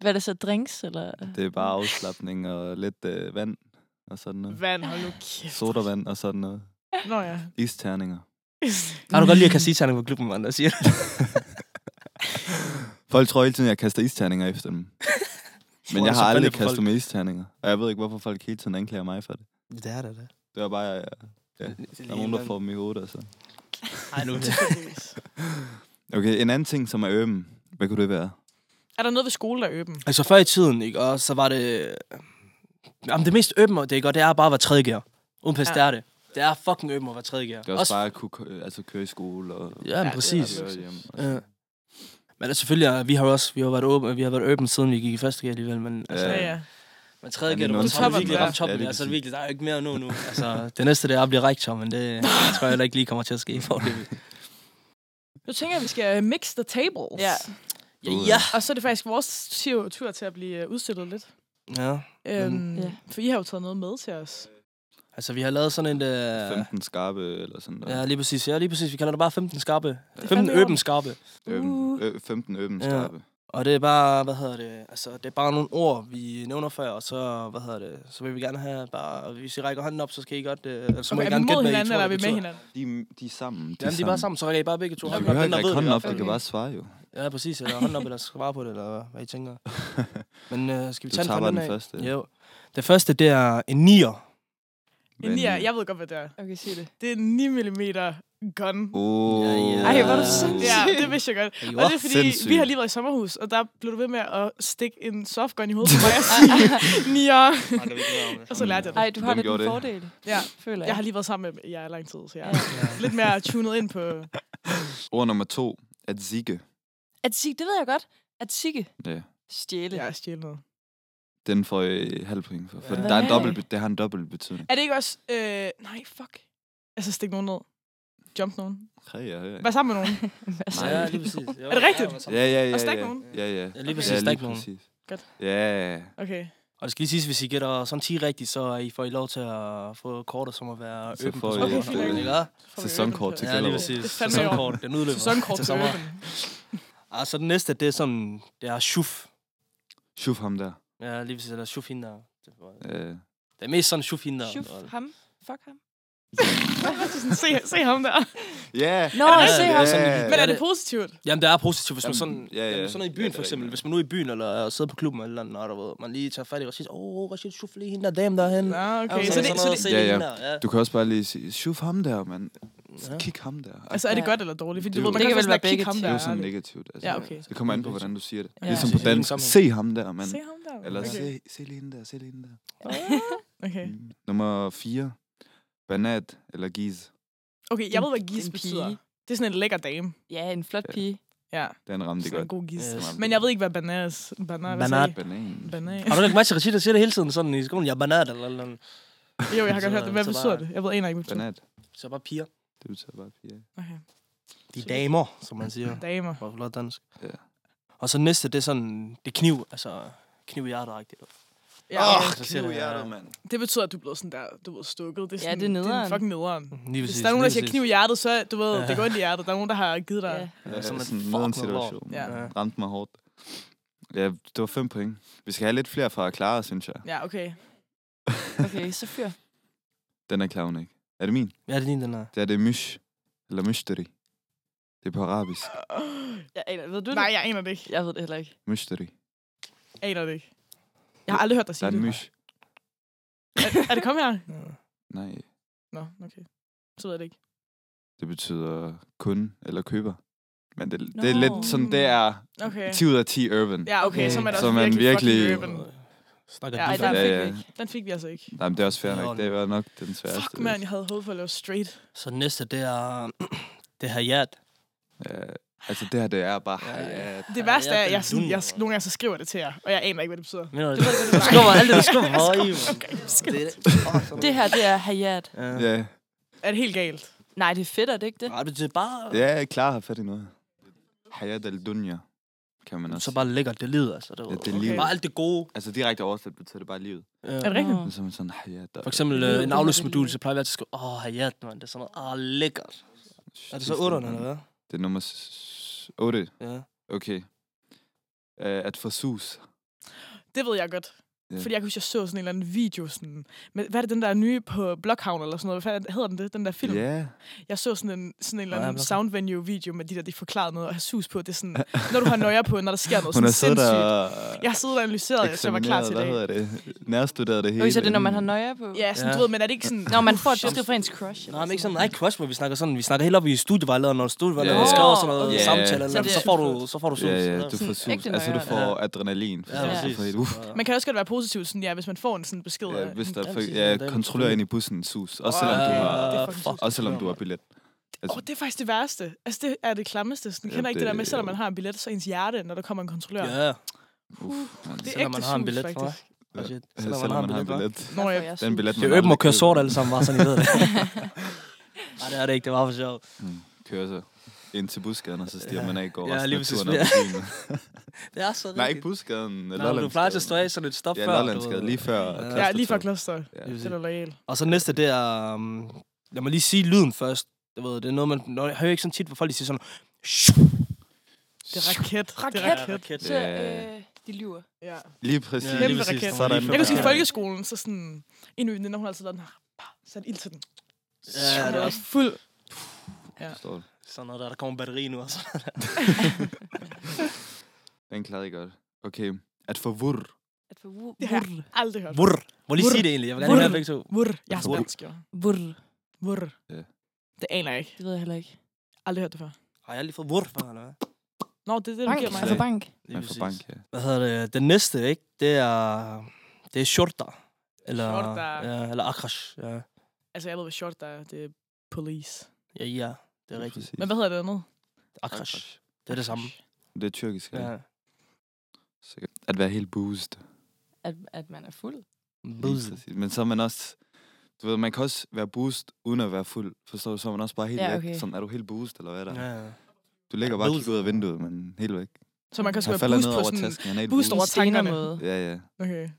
Speaker 5: Hvad er det så, drinks? Eller?
Speaker 7: Det er bare afslappning og lidt øh, vand og sådan noget.
Speaker 3: Vand, hold nu kæft.
Speaker 7: Sodavand og sådan noget.
Speaker 3: Nå ja.
Speaker 7: Isterninger.
Speaker 1: Har du godt lige at kaste terning på klubben, mand, der siger det?
Speaker 7: Folk tror hele tiden, jeg kaster isterninger efter dem. Men
Speaker 1: Hvor er
Speaker 7: jeg
Speaker 1: det
Speaker 7: har
Speaker 1: så
Speaker 7: aldrig
Speaker 1: fandme for
Speaker 7: kastet
Speaker 1: folk?
Speaker 7: med isterninger. Og jeg ved ikke, hvorfor folk hele tiden anklager mig for det.
Speaker 1: Det er det, det.
Speaker 7: Det var bare, jeg, der er nogen, der får dem i hovedet. Altså.
Speaker 1: Ej, nu.
Speaker 7: Okay, en anden ting, som er urban. Hvad kunne det være?
Speaker 3: er der noget ved skole, der er Urban?
Speaker 1: Altså før i tiden, ikke? Og så var det... Jamen det mest øben, det, er godt, det er bare at være tredje gear. Uden pæst,
Speaker 3: Ja.
Speaker 1: det er det. Det er fucking øben at være tredje gear.
Speaker 7: Det er også, også bare at kunne kø- altså, køre i skole og...
Speaker 1: Ja,
Speaker 3: Ja,
Speaker 1: men præcis.
Speaker 7: og køre hjem.
Speaker 1: Ja. Men altså, selvfølgelig, er- vi har jo også vi har været åben, vi har været åben siden vi gik i første gear alligevel, men altså,
Speaker 3: Ja,
Speaker 7: Ja.
Speaker 3: ja.
Speaker 1: men tredje
Speaker 7: Ja,
Speaker 1: gear,
Speaker 7: lige
Speaker 1: du var
Speaker 7: nu
Speaker 1: toppen,
Speaker 3: topper
Speaker 1: virkelig
Speaker 3: den.
Speaker 1: ramt toppen,
Speaker 7: Ja, lige
Speaker 1: ja, altså
Speaker 7: præcis.
Speaker 1: virkelig, der er jo ikke mere nu nu. Altså, det næste det er at blive rektor, men det tror jeg heller ikke lige kommer til at ske for det.
Speaker 3: Nu tænker jeg, at vi skal øh, mix the tables.
Speaker 5: Ja.
Speaker 1: Ja.
Speaker 3: Og så er det faktisk vores tur- tur til at blive øh, udstillet lidt.
Speaker 1: Ja.
Speaker 3: Øhm,
Speaker 5: Ja.
Speaker 3: For I har jo taget noget med til os.
Speaker 1: Altså, vi har lavet sådan en... Øh,
Speaker 7: 15 skarpe eller sådan noget.
Speaker 1: ja, lige præcis. Ja, lige præcis. Vi kalder det bare 15 skarpe.
Speaker 3: er
Speaker 1: 15
Speaker 3: fandme
Speaker 1: øben
Speaker 3: ord.
Speaker 1: skarpe.
Speaker 7: Øben, øh, 15 øben
Speaker 1: Uh. Ja.
Speaker 7: skarpe.
Speaker 1: Og det er bare, hvad hedder det, altså det er bare nogle ord, vi nævner før, og så, hvad hedder det, så vil vi gerne have bare, hvis I rækker hånden op, så skal I godt, øh, eller så må
Speaker 3: Okay,
Speaker 1: I
Speaker 3: er vi
Speaker 1: gerne
Speaker 3: mod
Speaker 1: gætte, hvad I
Speaker 3: hinanden,
Speaker 1: tror,
Speaker 3: eller er vi
Speaker 1: det
Speaker 3: med
Speaker 1: betyder.
Speaker 3: hinanden?
Speaker 7: De, de er sammen. De
Speaker 1: Jamen, de er bare sammen, så rækker I bare begge to.
Speaker 7: Du
Speaker 1: op.
Speaker 7: behøver ikke
Speaker 1: Den, der
Speaker 7: række
Speaker 1: ved det i
Speaker 7: hånden
Speaker 1: hvert
Speaker 7: op,
Speaker 1: fald.
Speaker 7: du kan bare svare jo.
Speaker 1: Ja, præcis, eller hånden op, eller svare på det, eller hvad I tænker. Men øh, skal vi
Speaker 7: Du
Speaker 1: tage den
Speaker 7: tager
Speaker 1: fra
Speaker 7: bare
Speaker 1: den
Speaker 7: den
Speaker 1: af?
Speaker 7: første.
Speaker 1: Jo. Det første, det er en nier.
Speaker 3: En nier, jeg ved godt, hvad det er.
Speaker 5: Okay, sig det.
Speaker 3: Det er en 9 mm gun.
Speaker 7: Oh.
Speaker 1: Ja, ja.
Speaker 5: Ej, hvor er du sindssyg.
Speaker 3: Ja, det vidste jeg godt.
Speaker 1: Jo,
Speaker 3: Og det er fordi,
Speaker 7: sindssygt.
Speaker 3: vi har lige været i sommerhus, og der blev du ved med at stikke en softgun i hovedet på mig og sige, nier. Og så lærte jeg det.
Speaker 5: Ej, du har
Speaker 7: Hvem
Speaker 5: lidt en
Speaker 7: gjorde det?
Speaker 5: fordel,
Speaker 3: Ja.
Speaker 5: føler jeg.
Speaker 3: Jeg har lige været sammen med jer i lang tid, så jeg
Speaker 5: Ja.
Speaker 3: er lidt mere tunet ind på...
Speaker 7: Ord nummer to. At zigge.
Speaker 5: At sige, det ved jeg godt. At sige.
Speaker 7: Ja.
Speaker 5: Stjæle.
Speaker 3: Jeg er stjælet.
Speaker 7: Den får jeg halv point for. For
Speaker 1: Ja.
Speaker 7: der er en
Speaker 5: Hvad?
Speaker 7: dobbelt, det har en dobbelt betydning.
Speaker 3: Er det ikke også... Øh, nej, fuck. Altså, stik nogen ned. Jump nogen.
Speaker 7: Ja, ja, ja.
Speaker 3: Vær sammen med nogen.
Speaker 5: Hvad
Speaker 1: Ja, lige præcis. Jo,
Speaker 3: Er det rigtigt?
Speaker 1: ja,
Speaker 7: Ja, ja, ja.
Speaker 3: Og stak
Speaker 7: ja.
Speaker 3: nogen.
Speaker 7: Ja, ja.
Speaker 1: Ja, lige
Speaker 3: Okay.
Speaker 1: præcis,
Speaker 7: ja,
Speaker 1: der er ikke nogen.
Speaker 7: præcis.
Speaker 3: Godt.
Speaker 7: Ja,
Speaker 3: Okay.
Speaker 1: Og det skal lige siges, hvis I gætter sådan 10 rigtigt, så I får I lov til at få kortet, som at være
Speaker 7: Så
Speaker 1: øben
Speaker 7: får
Speaker 1: på
Speaker 7: I
Speaker 1: sommerhus.
Speaker 3: et, øh,
Speaker 1: Ikke også?
Speaker 3: Får vi
Speaker 7: Sæsonkort
Speaker 3: øvelsen
Speaker 7: til
Speaker 3: her.
Speaker 1: Ja, lige
Speaker 7: Gellerup.
Speaker 1: præcis.
Speaker 3: Det er fandme i år.
Speaker 1: Sæsonkort, den udløber.
Speaker 3: Sæsonkort
Speaker 1: til
Speaker 3: til
Speaker 1: sommer.
Speaker 3: Urban.
Speaker 1: Og så den næste, det er sådan, det er shuf.
Speaker 7: Shuf ham der.
Speaker 1: Ja, lige præcis, eller shuf hende der. Det var-
Speaker 7: Øh,
Speaker 1: Det er mest sådan shuf hende der.
Speaker 5: Shuf ham. Fuck ham.
Speaker 3: se, se ham der.
Speaker 7: Ja!
Speaker 5: Nå,
Speaker 1: Ja,
Speaker 5: se
Speaker 1: det
Speaker 5: ham.
Speaker 1: er sådan,
Speaker 7: Ja.
Speaker 1: vi-
Speaker 3: Men er det positivt?
Speaker 1: Jamen, det er positivt, hvis man
Speaker 7: Jamen,
Speaker 1: sådan...
Speaker 7: ja, ja.
Speaker 1: Jamen, sådan noget i
Speaker 7: Ja,
Speaker 1: byen,
Speaker 7: det
Speaker 1: for
Speaker 7: er
Speaker 1: eksempel.
Speaker 7: rigtigt.
Speaker 1: Hvis man nu er i byen, eller sidder på klubben, eller noget, der ved, man lige tager fat i Rashid. Åh, oh, Rashid, shuf lige hende der dame derhen.
Speaker 3: Nå, okay.
Speaker 1: Ja,
Speaker 3: Så, det, så det,
Speaker 1: så
Speaker 7: Ja, ja.
Speaker 1: ja.
Speaker 7: Du kan også bare lige sige, shuf ham der, mand.
Speaker 1: Ja.
Speaker 7: Kig ham der. Ej,
Speaker 3: altså, er det
Speaker 5: Ja.
Speaker 3: godt eller dårligt? Fordi
Speaker 7: Det
Speaker 3: du ved,
Speaker 7: er jo-
Speaker 3: man
Speaker 5: Det
Speaker 3: kan
Speaker 5: kan
Speaker 3: vel
Speaker 5: vel
Speaker 3: være
Speaker 5: være
Speaker 3: kigge
Speaker 5: begge
Speaker 3: ham
Speaker 7: det
Speaker 3: der.
Speaker 7: er jo sådan
Speaker 3: ærligt.
Speaker 7: negativt. Altså,
Speaker 3: Ja, okay.
Speaker 7: Det kommer an på, hvordan du siger det.
Speaker 5: Ja.
Speaker 7: Ligesom
Speaker 1: Ja,
Speaker 7: på
Speaker 1: præcis.
Speaker 7: dansk.
Speaker 1: Ingen
Speaker 7: Se ham der, mand.
Speaker 3: Se ham der.
Speaker 7: Eller
Speaker 3: okay.
Speaker 7: se, se lige hende der, se lige hende der.
Speaker 3: okay.
Speaker 7: Mm. Nummer 4. Banat eller giz.
Speaker 3: Okay, jeg ved, hvad gis
Speaker 5: En pige.
Speaker 3: betyder. Det er sådan en lækker dame.
Speaker 5: Ja, en flot
Speaker 7: Ja.
Speaker 5: pige.
Speaker 3: Ja,
Speaker 7: Den ramte
Speaker 3: sådan en
Speaker 7: godt.
Speaker 3: god gis.
Speaker 1: Ja.
Speaker 7: Den
Speaker 3: Men jeg ved ikke, hvad bananas... Banan. hvad
Speaker 1: Banan.
Speaker 3: sagde I?
Speaker 7: Banan.
Speaker 3: Banan.
Speaker 1: Har du ikke matchet Rashid, der siger det hele tiden sådan i skolen? Jeg er banat, eller eller andet.
Speaker 3: Jo, jeg har
Speaker 1: Så-
Speaker 3: godt hørt det. Hvad
Speaker 1: så
Speaker 3: betyder
Speaker 1: bare-
Speaker 3: det? Jeg ved egentlig ikke, hvad det betyder.
Speaker 7: Banat.
Speaker 1: Så bare piger.
Speaker 7: Det betyder bare pige.
Speaker 3: Okay.
Speaker 1: De er damer, som man siger.
Speaker 3: Damer.
Speaker 1: På flot dansk.
Speaker 7: Ja.
Speaker 1: Og så næste, det er sådan... Det er kniv, altså kniv i hjertet, rigtigt.
Speaker 3: Ja,
Speaker 1: Åh!
Speaker 3: okay.
Speaker 1: så siger det, ja.
Speaker 7: mand.
Speaker 3: Det betyder, at du er blevet sådan der, du er blevet stukket. Det er
Speaker 5: Ja,
Speaker 3: sådan,
Speaker 5: det er
Speaker 3: Det er
Speaker 5: nederen.
Speaker 3: en fucking nederen.
Speaker 1: Mm, Lige
Speaker 3: Hvis der er nogen, der siger kniv i hjertet, så du ved,
Speaker 1: Ja.
Speaker 3: det går ind i hjertet. Der er nogen, der har givet dig.
Speaker 5: Ja.
Speaker 7: Ja,
Speaker 1: Som
Speaker 7: sådan
Speaker 1: et fuck
Speaker 7: en
Speaker 1: noget
Speaker 7: nederen
Speaker 1: lort.
Speaker 7: situation.
Speaker 3: Ja.
Speaker 7: Ja. Ramte mig hårdt. Ja, det var fem point. Vi skal have lidt flere fra Clara, synes jeg.
Speaker 3: Ja, okay.
Speaker 5: Okay, så fyr.
Speaker 7: Den er clown, ikke? Er det min?
Speaker 1: Ja, det er din, den her.
Speaker 7: Det er det mysh. Eller myshteri. Det er på arabisk.
Speaker 5: Jeg aner, ved du det?
Speaker 3: Nej, jeg aner det ikke.
Speaker 5: Jeg ved det heller ikke.
Speaker 7: Myshteri.
Speaker 3: Aner det ikke. Jeg har aldrig hørt dig
Speaker 7: Der
Speaker 3: sige
Speaker 7: er
Speaker 3: det.
Speaker 7: et mysh.
Speaker 3: Er- Er det kommet her?
Speaker 7: Nej,
Speaker 3: Nå, okay. Så ved jeg det ikke.
Speaker 7: det betyder kun eller køber. Men det,
Speaker 5: Nå.
Speaker 7: det er lidt sådan, det er
Speaker 3: Okay.
Speaker 7: 10 ud af 10 urban.
Speaker 3: Ja, okay, så er man
Speaker 7: Øh,
Speaker 3: også
Speaker 7: Så er man
Speaker 3: virkelig, virkelig
Speaker 7: virkelig-
Speaker 3: fucking urban.
Speaker 1: Snakker
Speaker 3: Ja,
Speaker 1: ja,
Speaker 5: Nej, den
Speaker 1: de før?
Speaker 5: fik
Speaker 7: Ja, ja.
Speaker 5: vi ikke.
Speaker 3: Den fik vi altså ikke.
Speaker 7: Nej, men det er også fair
Speaker 1: Nå,
Speaker 7: nok. Det var nok den sværeste.
Speaker 3: Fuck, mand, jeg havde håbet for at lave straight.
Speaker 1: Så næste, det er... Det her hjert.
Speaker 7: Ja, altså det her, det er bare...
Speaker 1: Ja, ja.
Speaker 7: Ja,
Speaker 3: Det
Speaker 1: Ja,
Speaker 3: værste
Speaker 1: jeg
Speaker 3: er,
Speaker 1: er
Speaker 3: at jeg, sådan, jeg,
Speaker 1: dundermand.
Speaker 3: nogle gange så skriver det til jer, og jeg aner ikke, hvad det betyder.
Speaker 1: Mener du
Speaker 3: Det
Speaker 1: det?
Speaker 3: ved jeg
Speaker 1: Du
Speaker 3: godt,
Speaker 1: skubber alt det, du skubber meget i.
Speaker 3: Okay, skidt.
Speaker 1: Det
Speaker 5: Det her, det er hayat.
Speaker 1: er det.
Speaker 7: ja.
Speaker 3: Er det helt galt?
Speaker 5: Nej, det er fedt, er det ikke det?
Speaker 1: Ja, det er bare...
Speaker 7: Ja, klar har fat i noget. Hayat al Dunya, kan man også
Speaker 1: Så bare lækkert, det livet, altså. Det,
Speaker 7: Ja, det er
Speaker 3: livet.
Speaker 1: Bare alt det gode.
Speaker 7: Altså direkte oversat betyder det bare livet.
Speaker 1: Ja.
Speaker 3: Er det rigtigt?
Speaker 7: Mm. Så er man sådan, Hayat al
Speaker 1: For eksempel
Speaker 5: Det
Speaker 1: øh,
Speaker 5: er
Speaker 1: en
Speaker 5: jo-
Speaker 1: afløbsmodul, så plejer vi altid at skrive, åh, hayat, man, det er sådan noget, åh, lækkert. Er det så 8'erne, eller hvad?
Speaker 7: Det er nummer 8.
Speaker 1: Ja.
Speaker 7: Okay. Uh, at forsus.
Speaker 3: Det ved jeg godt.
Speaker 7: Ja.
Speaker 3: Fordi jeg kunne huske, jeg så sådan en eller anden video, sådan, men hvad er det, den der er nye på Blockhound eller sådan noget? Hvad fanden hedder den det, den der film?
Speaker 7: Ja.
Speaker 3: Jeg så sådan en, sådan en eller
Speaker 1: Nej,
Speaker 3: anden
Speaker 1: Blockhound.
Speaker 3: sound venue video med de der, de forklarede noget og har sus på. Det er sådan, når du har nøjer på, når der sker noget
Speaker 7: Hun
Speaker 3: sådan
Speaker 7: har siddet
Speaker 3: sindssygt. Der...
Speaker 7: og
Speaker 3: Jeg sidder og analyseret, jeg, så jeg var klar
Speaker 7: eksamineret,
Speaker 3: til i
Speaker 7: hvad
Speaker 3: dag.
Speaker 7: hedder det? Nærstuderet det hele.
Speaker 5: Okay, så er det, når man har
Speaker 7: inden.
Speaker 5: nøjer på?
Speaker 3: Ja, sådan,
Speaker 1: Ja.
Speaker 3: du ved, men er det ikke sådan...
Speaker 5: Når man får et
Speaker 3: shit.
Speaker 5: besked fra ens crush? eller
Speaker 1: Nej, men ikke sådan,
Speaker 5: noget?
Speaker 1: nej, crush, hvor vi snakker sådan, vi snakker helt op i studievejlederen, når studievejlederen
Speaker 7: Ja,
Speaker 1: yeah.
Speaker 7: ja.
Speaker 1: skriver sådan noget
Speaker 5: Ja,
Speaker 1: yeah.
Speaker 7: ja.
Speaker 1: samtale,
Speaker 5: Så
Speaker 1: eller, så,
Speaker 5: det-
Speaker 1: så, får du, så får du sus.
Speaker 7: Ja, ja, du
Speaker 5: Sådan
Speaker 7: får
Speaker 5: ægte
Speaker 7: sus. Altså, du
Speaker 5: nøjere,
Speaker 7: får adrenalin.
Speaker 1: Ja,
Speaker 5: Ja.
Speaker 1: præcis.
Speaker 7: For, uh,
Speaker 3: Man kan også godt være positiv, sådan, ja, hvis man får en sådan besked.
Speaker 7: ja,
Speaker 3: af-
Speaker 7: øh, hvis der
Speaker 1: Ja,
Speaker 7: for,
Speaker 1: præcis,
Speaker 7: ja,
Speaker 1: det er det.
Speaker 7: kontrollør ind i bussen, sus. Også selvom
Speaker 1: Åh,
Speaker 7: du
Speaker 1: ja, ja,
Speaker 7: har,
Speaker 1: ja.
Speaker 3: det er fucking
Speaker 7: også selvom du har billet.
Speaker 3: Åh, oh, det er faktisk det værste. Altså, det er det klammeste. Sådan,
Speaker 7: Ja,
Speaker 3: kender ikke det, der
Speaker 7: det-
Speaker 3: med, selvom man har en billet, så ens hjerte, når der kommer en kontrollør.
Speaker 1: Ja, ja.
Speaker 7: Uff, man.
Speaker 3: Det er
Speaker 1: Selvom man
Speaker 3: ægte
Speaker 1: har en
Speaker 3: sus,
Speaker 1: billet,
Speaker 3: faktisk.
Speaker 1: hva'? Og shit,
Speaker 7: Ja,
Speaker 1: Selvom man har en billet, hva'?
Speaker 7: billet.
Speaker 5: Der
Speaker 3: Nå,
Speaker 5: får
Speaker 3: ja.
Speaker 5: jeg
Speaker 7: Den
Speaker 5: sus.
Speaker 7: billet,
Speaker 1: Det er
Speaker 7: man
Speaker 1: øben
Speaker 7: aldrig
Speaker 1: at køre
Speaker 7: køber.
Speaker 1: sort altså. alle sammen, bare sådan, I ved det. Nej, det er det ikke, det var for sjov.
Speaker 7: Kører så ind til busgaden, og så stiger
Speaker 1: Ja.
Speaker 7: man af i går.
Speaker 1: Ja, lige præcis. Det er så
Speaker 7: Nej, ikke busgaden.
Speaker 1: Nej, men du plejer til at stå af sådan et stop
Speaker 7: Ja,
Speaker 1: før. du
Speaker 7: Lollandsgade,
Speaker 1: ved.
Speaker 7: lige før.
Speaker 3: Ja, lige fra
Speaker 7: klokken.
Speaker 3: kloster.
Speaker 7: Ja.
Speaker 1: Lige
Speaker 3: Det er
Speaker 1: præcis.
Speaker 3: lojal.
Speaker 1: Og så næste, det er... Um, lad mig lige sige lyden først. Du ved, det er noget, man når, jeg hører ikke sådan tit, hvor folk de siger sådan...
Speaker 3: Det er raket. Det er
Speaker 5: Raket.
Speaker 3: raket.
Speaker 1: raket.
Speaker 5: Så
Speaker 7: Ja.
Speaker 5: øh, de lyver.
Speaker 3: Ja.
Speaker 7: Lige præcis.
Speaker 1: Ja,
Speaker 3: Kæmpe
Speaker 1: lige præcis.
Speaker 3: raket.
Speaker 1: Så er der en-
Speaker 3: Jeg kan huske, i
Speaker 1: Ja.
Speaker 3: folkeskolen, så sådan... En af mine hun har altid lavet den her... bah, Sat ild til den.
Speaker 1: Ja, det er også
Speaker 3: fuld.
Speaker 7: Forstår du?
Speaker 1: Sådan noget der, der kommer batteri nu. Altså.
Speaker 7: Den klarede I godt. Okay. At forvurr.
Speaker 5: At få wur.
Speaker 3: Det har jeg aldrig hørt.
Speaker 1: Vurr. Må lige
Speaker 3: Vurr.
Speaker 1: sige det egentlig. Jeg vil gerne
Speaker 3: Vurr.
Speaker 1: høre begge to.
Speaker 3: Vur. Jeg er
Speaker 7: Vurr.
Speaker 3: spansk, jo.
Speaker 5: Wur.
Speaker 3: Vur.
Speaker 7: Ja.
Speaker 3: Det aner jeg ikke.
Speaker 5: Det ved jeg heller ikke.
Speaker 3: Aldrig hørt det før.
Speaker 1: Har jeg lige fået vurr før, eller hvad?
Speaker 3: Nå, det er det, du
Speaker 5: Bank.
Speaker 3: giver mig.
Speaker 5: Altså bank.
Speaker 1: Lige
Speaker 7: Man får
Speaker 1: præcis.
Speaker 7: bank, ja.
Speaker 1: Hvad hedder det? Den næste, ikke? Det er... Det er shorta. Eller,
Speaker 3: Shorta.
Speaker 1: Ja, eller akrash. Ja.
Speaker 3: Altså, jeg ved, hvad short der er. Det er police.
Speaker 1: ja, ja. Det er rigtigt.
Speaker 7: Præcis.
Speaker 3: Men hvad hedder det andet?
Speaker 1: Akrash. Det er det samme.
Speaker 7: Det er tyrkisk. Ja.
Speaker 1: Ja.
Speaker 7: Sikkert. At være helt boozed.
Speaker 5: At, at man er fuld.
Speaker 1: Buzz.
Speaker 7: Men så er man også... Du ved, man kan også være boozed, uden at være fuld. Forstår du? Så er man også bare helt
Speaker 5: Ja,
Speaker 7: væk.
Speaker 5: okay.
Speaker 7: Sådan, er du helt boozed, eller hvad er der?
Speaker 1: Ja, ja.
Speaker 7: Du ligger
Speaker 1: Ja,
Speaker 7: bare og
Speaker 1: boozed.
Speaker 7: kigger ud af vinduet, men helt væk.
Speaker 3: Så man kan også
Speaker 7: Han
Speaker 3: være
Speaker 7: falder
Speaker 3: boost
Speaker 7: ned
Speaker 3: på
Speaker 7: over
Speaker 3: sådan...
Speaker 7: tasken. Han er helt
Speaker 3: boost
Speaker 7: boozed.
Speaker 3: over tankerne.
Speaker 5: måde.
Speaker 7: Ja, ja.
Speaker 3: Okay.